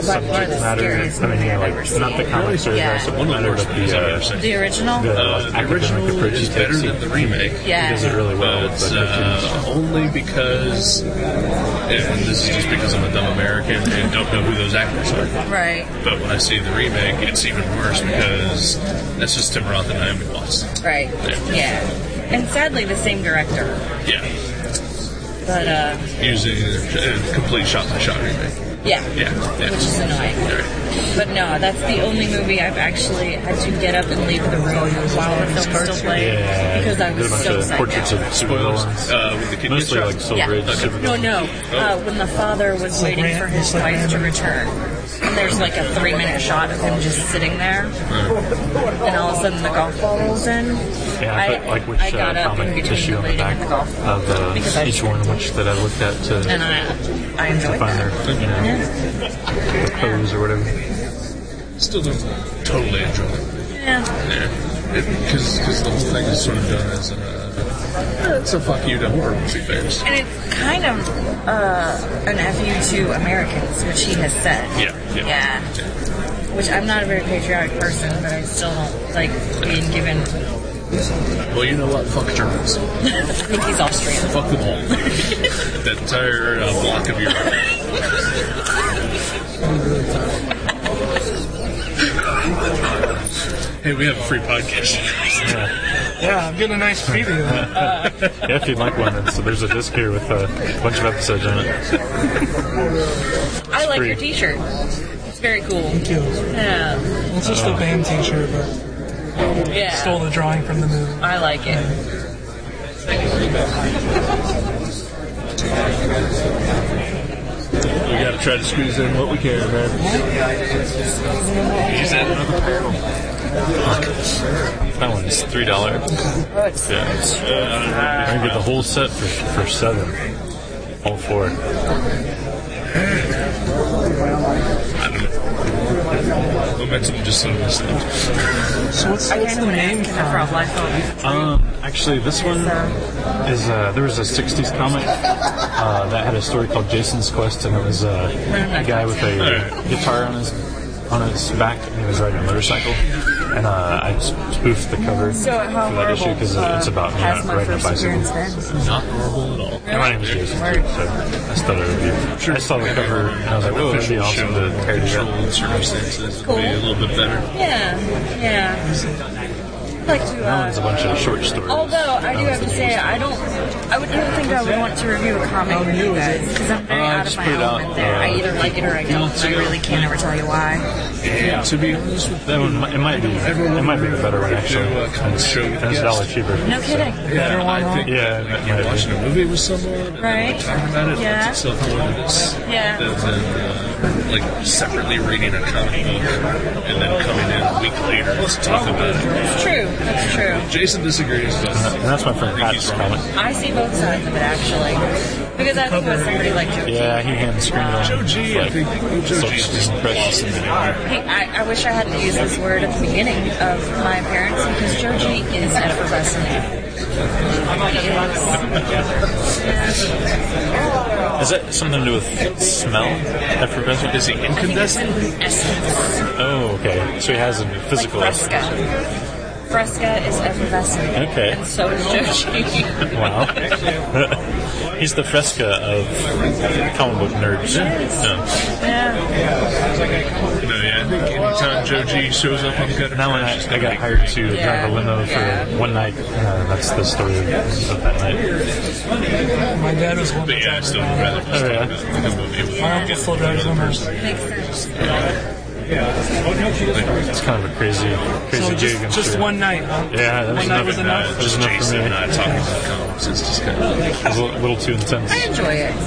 Speaker 4: know, like not the comics or
Speaker 10: Yeah.
Speaker 4: dry subject matter, but the uh,
Speaker 10: The original?
Speaker 4: the
Speaker 10: Uh,
Speaker 4: academic approach he
Speaker 9: is better
Speaker 4: takes.
Speaker 9: than the remake.
Speaker 10: Yeah.
Speaker 4: He does it really well.
Speaker 9: But uh, only because, and this is just because I'm a dumb American and don't know who those actors are.
Speaker 10: Right,
Speaker 9: But when I see the remake, it's even worse because that's just Tim Roth and Naomi Watts.
Speaker 10: right.
Speaker 9: Yeah.
Speaker 10: Yeah. And sadly, the same director.
Speaker 9: Yeah,
Speaker 10: But, uh,
Speaker 9: using a complete shot by shot remake.
Speaker 10: yeah.
Speaker 9: Yeah, yeah.
Speaker 10: Which is annoying. But no, that's the only movie I've actually had to get up and leave the room while the film was still playing
Speaker 4: Yeah,
Speaker 10: because I
Speaker 4: did
Speaker 10: was
Speaker 4: a bunch
Speaker 10: so
Speaker 4: of
Speaker 10: psyched
Speaker 4: portraits
Speaker 10: out.
Speaker 4: of supervillains.
Speaker 9: Uh, with the kid
Speaker 4: Mostly
Speaker 9: gets
Speaker 4: like
Speaker 9: shot.
Speaker 4: Silver Age supervillains.
Speaker 10: No, no. Uh, when the father was waiting for his wife to return, and there's like a three minute shot of him just sitting there, and all of a sudden the golf ball rolls in.
Speaker 4: Yeah, I put like which
Speaker 10: I got
Speaker 4: uh,
Speaker 10: up in
Speaker 4: comic
Speaker 10: between
Speaker 4: issue on the
Speaker 10: lady
Speaker 4: back
Speaker 10: and the golf ball.
Speaker 4: of
Speaker 10: Because I-
Speaker 4: uh, each one, which that I looked at to,
Speaker 10: and I, I
Speaker 4: to
Speaker 10: enjoyed
Speaker 4: find
Speaker 10: that.
Speaker 4: their you know their pose or whatever.
Speaker 9: Still don't totally enjoy it.
Speaker 10: Yeah.
Speaker 9: Because the whole thing is sort of done as a, it's a fuck you to horror movie fans.
Speaker 10: And it's kind of uh, an F you to Americans, which he has said.
Speaker 9: Yeah, yeah.
Speaker 10: Which I'm not a very patriotic person, but I still don't like being given.
Speaker 9: Well, you know what? Fuck Germans.
Speaker 10: I think he's Austrian.
Speaker 9: Fuck them all. that entire uh, block of Europe. hey, we have a free podcast.
Speaker 6: Yeah, I'm getting a nice preview. of that.
Speaker 4: yeah, if you'd like one, it's, there's a disc here with uh, a bunch of episodes on it.
Speaker 10: I like
Speaker 4: free.
Speaker 10: your T-shirt. It's very cool. Thank
Speaker 6: you.
Speaker 10: Yeah.
Speaker 6: It's just a band T-shirt, but
Speaker 10: Yeah.
Speaker 6: stole the drawing from the movie.
Speaker 10: I like it.
Speaker 9: We gotta try to squeeze in what we can, man. Is that another barrel?
Speaker 4: That one is three dollars. Yeah, uh, I can get the whole set for for seven. All four.
Speaker 9: Momentum just sort of
Speaker 6: So what's, what's the name?
Speaker 10: Except for a black phone.
Speaker 4: Um, actually, this one is uh, there was a '60s comic uh, that had a story called Jason's Quest, and it was uh, a guy with a guitar on his on his back, and he was riding a motorcycle. And uh, I spoofed the cover
Speaker 10: So
Speaker 4: for
Speaker 10: how
Speaker 4: that issue
Speaker 10: horrible, uh,
Speaker 4: because it's about me
Speaker 10: has
Speaker 4: not
Speaker 10: my
Speaker 4: riding a
Speaker 10: first
Speaker 4: bicycle.
Speaker 10: appearance
Speaker 4: So-
Speaker 9: Not horrible at all.
Speaker 4: And my name is Jason, too, so I just thought it would be. I saw the cover and I was like, "Whoa, that'd be
Speaker 9: Official
Speaker 4: awesome to
Speaker 9: show
Speaker 4: parody that."
Speaker 9: controlled circumstances would be a little bit better.
Speaker 10: Yeah. Yeah. I'd like to.
Speaker 4: That one's a
Speaker 10: Uh,
Speaker 4: bunch of short stories.
Speaker 10: although I do have to say, I don't. I would not think I would want to review a comic
Speaker 6: Oh,
Speaker 10: with you guys because I'm very
Speaker 4: Uh,
Speaker 10: out of
Speaker 4: just
Speaker 10: my
Speaker 4: put it out,
Speaker 10: element there. I
Speaker 4: uh,
Speaker 10: either like it or I don't.
Speaker 4: months
Speaker 10: I
Speaker 4: ago.
Speaker 10: really can't ever tell you why.
Speaker 9: And to be honest with
Speaker 4: That one, mi- it might be, it might be a better one actually.
Speaker 9: Do, uh,
Speaker 4: And it's,
Speaker 9: show
Speaker 4: and it's a dollar cheaper.
Speaker 10: No kidding.
Speaker 9: you, yeah, I think
Speaker 4: Yeah,
Speaker 9: like,
Speaker 4: that
Speaker 9: you're
Speaker 4: might be.
Speaker 9: watching a movie with someone and
Speaker 10: Right.
Speaker 9: talking about it
Speaker 10: Yeah.
Speaker 9: lends itself more to this
Speaker 10: Yeah.
Speaker 9: than, than uh, like separately reading a comic book and then coming in a week later to talk about it.
Speaker 10: It's true. That's true.
Speaker 9: Jason disagrees, but
Speaker 4: And that's my friend Pat's comic.
Speaker 10: I see both sides of it actually, because I think it was somebody like Joe.
Speaker 4: Yeah, he hand screened it on.
Speaker 9: Joe G, I think Joe G is
Speaker 4: Like,
Speaker 9: awesome.
Speaker 10: Hey, I, I wish I hadn't used this word at the beginning of my appearance because Joji is effervescent.
Speaker 4: Is that something to do with smell? Effervescent? Is he
Speaker 10: I think it's an essence.
Speaker 4: Oh, okay. So he has a physical.
Speaker 10: like fresca. Fresca is effervescent.
Speaker 4: Okay.
Speaker 10: And so is Joji.
Speaker 4: Wow. He's the fresca of comic book nerds. Yeah.
Speaker 10: yeah.
Speaker 9: No, yeah, I think anytime Joe G shows up on the gutter,
Speaker 4: Now when
Speaker 9: she's
Speaker 4: I, I
Speaker 9: gonna
Speaker 4: got
Speaker 9: be-
Speaker 4: hired to
Speaker 10: Yeah.
Speaker 4: drive a limo for one night, uh, that's the story of that night.
Speaker 6: My dad was one.
Speaker 9: But yeah, I still would rather just
Speaker 4: Oh, yeah.
Speaker 9: talk about the movie.
Speaker 6: My uncle still drives Hummers.
Speaker 10: Makes sense.
Speaker 4: It's kind of a crazy, crazy
Speaker 6: So
Speaker 4: gig.
Speaker 6: just,
Speaker 4: I'm
Speaker 6: just
Speaker 4: sure.
Speaker 6: one night. huh?
Speaker 4: Yeah, that was
Speaker 6: One night
Speaker 4: enough.
Speaker 6: was
Speaker 4: Nah,
Speaker 6: enough.
Speaker 4: that was
Speaker 9: Just
Speaker 4: enough for
Speaker 9: Jason
Speaker 4: me.
Speaker 9: and I talking about comics. It's just kind of
Speaker 4: It was a little, little too intense.
Speaker 10: I enjoy it. I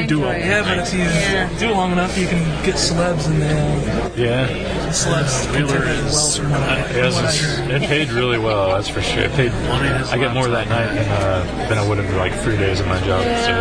Speaker 9: we do
Speaker 10: enjoy
Speaker 9: all-
Speaker 10: it.
Speaker 6: Yeah, but if you
Speaker 10: Yeah.
Speaker 6: do it long enough, you can get celebs and uh,
Speaker 4: Yeah,
Speaker 6: the celebs.
Speaker 9: Wheeler
Speaker 6: interpret it well
Speaker 9: is
Speaker 6: from what I-
Speaker 4: it, was,
Speaker 6: from what I
Speaker 4: uh,
Speaker 6: hear.
Speaker 4: it paid really well. That's for sure. It paid. I got more that night than, uh, than I would have in like three days of my job. So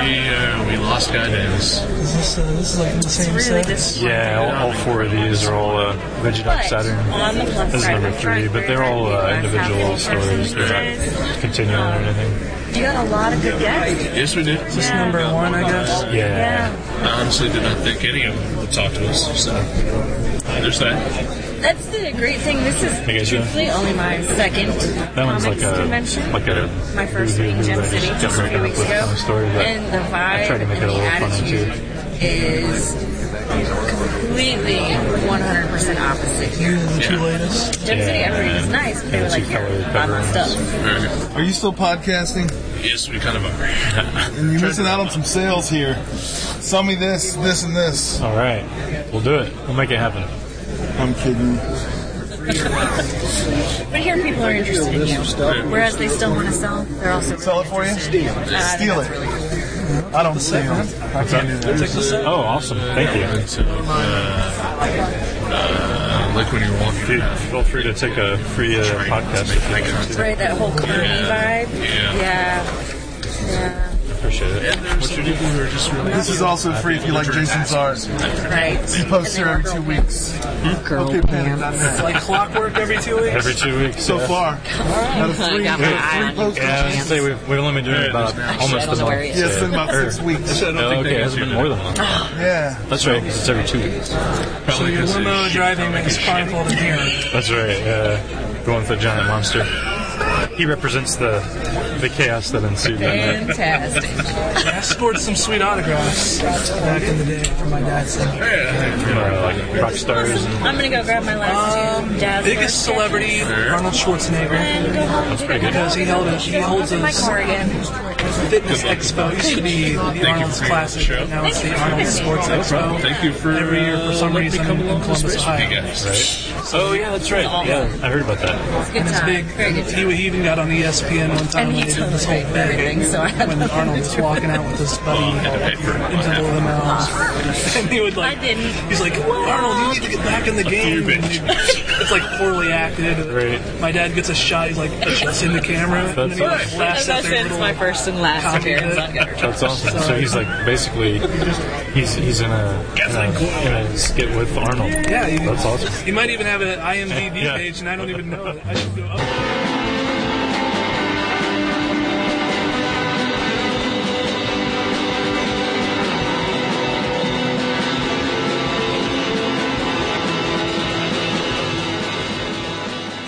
Speaker 9: we uh, we lost Guy Davis.
Speaker 6: Is this, uh, this is like in the same
Speaker 10: Really,
Speaker 6: set?
Speaker 10: this
Speaker 4: yeah, all, all four of these are all uh, Veggie Doc Saturn.
Speaker 10: on the plus
Speaker 4: This is
Speaker 10: side,
Speaker 4: number
Speaker 10: the
Speaker 4: three,
Speaker 10: front
Speaker 4: but they're all
Speaker 10: third
Speaker 4: uh,
Speaker 10: time,
Speaker 4: individual
Speaker 10: that's how many
Speaker 4: stories. They're not continuing or anything.
Speaker 10: You got a lot of good guests.
Speaker 9: Yes, we did. Is
Speaker 6: this number one, I guess?
Speaker 4: Yeah.
Speaker 9: I honestly did not think any of them would talk to us, so there's that.
Speaker 10: That's the great thing. This is
Speaker 4: You guys know?
Speaker 10: truthfully only my second
Speaker 4: That one's like
Speaker 10: comics
Speaker 4: a
Speaker 10: convention.
Speaker 4: like a
Speaker 10: My first
Speaker 4: movie
Speaker 10: week, Gem
Speaker 4: that I
Speaker 10: City,
Speaker 4: just
Speaker 10: just
Speaker 4: kept
Speaker 10: a few
Speaker 4: making up
Speaker 10: weeks
Speaker 4: with
Speaker 10: ago.
Speaker 4: kind of story, but
Speaker 10: And the
Speaker 4: I tried to
Speaker 10: vibe
Speaker 4: make it
Speaker 10: and
Speaker 4: a
Speaker 10: the
Speaker 4: little funny
Speaker 10: attitude
Speaker 4: too.
Speaker 10: is completely 100% opposite here.
Speaker 6: Two latest.
Speaker 10: Gem City, everybody's nice, but they were like, here, buy my stuff.
Speaker 12: Are you still podcasting?
Speaker 9: Yes, we kind of are.
Speaker 12: And you're missing out on some sales here. Sell me this, this, and this.
Speaker 4: All right, we'll do it. We'll make it happen.
Speaker 12: I'm kidding.
Speaker 10: But here, people are interested in you. Whereas they still want to sell, they're also
Speaker 12: Sell it for you? Steal
Speaker 10: it.
Speaker 12: Steal it. I don't steal. I can't do that.
Speaker 4: Oh, awesome! Thank you.
Speaker 9: Like when you're walking.
Speaker 4: Dude, feel free to take a free uh, podcast if you want to.
Speaker 10: Right, that whole carny
Speaker 9: Yeah.
Speaker 10: vibe.
Speaker 9: Yeah.
Speaker 10: Yeah. Yeah.
Speaker 4: Appreciate it.
Speaker 9: What you did, we were just really.
Speaker 12: This is also free if you like Jason's art.
Speaker 10: Right.
Speaker 12: He posts here every two weeks.
Speaker 10: Girl
Speaker 12: Okay, Penny, not
Speaker 6: It's
Speaker 12: now.
Speaker 6: like clockwork every two weeks.
Speaker 4: Every two weeks.
Speaker 12: So
Speaker 4: yeah.
Speaker 12: far, out of three,
Speaker 10: got my eye on
Speaker 12: three
Speaker 10: you,
Speaker 12: posts.
Speaker 4: Yeah, I was gonna say we've, we've only been doing it about almost a
Speaker 10: know where
Speaker 4: month.
Speaker 10: he is.
Speaker 12: Yes, in about six weeks.
Speaker 4: so- no, okay, it hasn't been more than a month.
Speaker 12: Yeah.
Speaker 4: That's right, 'cause it's every two weeks.
Speaker 6: So your limo driving like a spine full of deer.
Speaker 4: That's right. Uh, going for the giant monster. He represents the the chaos that ensued that night.
Speaker 10: Fantastic.
Speaker 6: I scored some sweet autographs back in the day from my dad's.
Speaker 4: Uh, like rock stars. And,
Speaker 10: I'm gonna go grab my last two. Dazzler.
Speaker 6: Um, Biggest celebrity, Arnold Schwarzenegger.
Speaker 10: And go home. That's
Speaker 4: pretty good.
Speaker 6: Because he held a, he holds a
Speaker 10: my car again.
Speaker 6: fitness expo. It used to be the Arnold's Classic, but now it's the Arnold Sports Expo.
Speaker 9: Thank you for
Speaker 6: every year for some
Speaker 9: uh, letting me
Speaker 6: reason
Speaker 9: come
Speaker 6: in
Speaker 9: along to
Speaker 6: Columbus,
Speaker 9: space with you
Speaker 6: Ohio.
Speaker 9: guys.
Speaker 4: oh yeah, that's right. Yeah, I heard about that.
Speaker 10: It's a good
Speaker 6: It's
Speaker 10: time.
Speaker 6: big.
Speaker 10: Very good time.
Speaker 6: He, he even got on E ESPN one time
Speaker 10: And
Speaker 6: when
Speaker 10: he
Speaker 6: they did this whole
Speaker 10: totally
Speaker 6: thing.
Speaker 10: everything, so I had
Speaker 6: when
Speaker 10: nothing to
Speaker 6: Arnold's
Speaker 10: do with
Speaker 6: walking
Speaker 10: it.
Speaker 6: out with his buddy
Speaker 9: had to pay for it.
Speaker 6: into the middle of the mouse, and he would like,
Speaker 10: I didn't.
Speaker 6: he's like, Arnold, you need to get back in the game.
Speaker 9: bitch.
Speaker 6: And It's like poorly acted.
Speaker 4: Right.
Speaker 6: My dad gets a shot. He's like, it's in the camera, and then he
Speaker 4: That's-
Speaker 6: like, laughs at their little.
Speaker 10: first and last
Speaker 6: appearance on
Speaker 4: That's awesome. So he's like basically he's he's in a in a, in a skit with Arnold.
Speaker 6: Yeah, you-
Speaker 4: that's awesome.
Speaker 6: He might even have an IMDb
Speaker 4: Yeah.
Speaker 6: page, and I don't even know. it. I should go "Oh, up.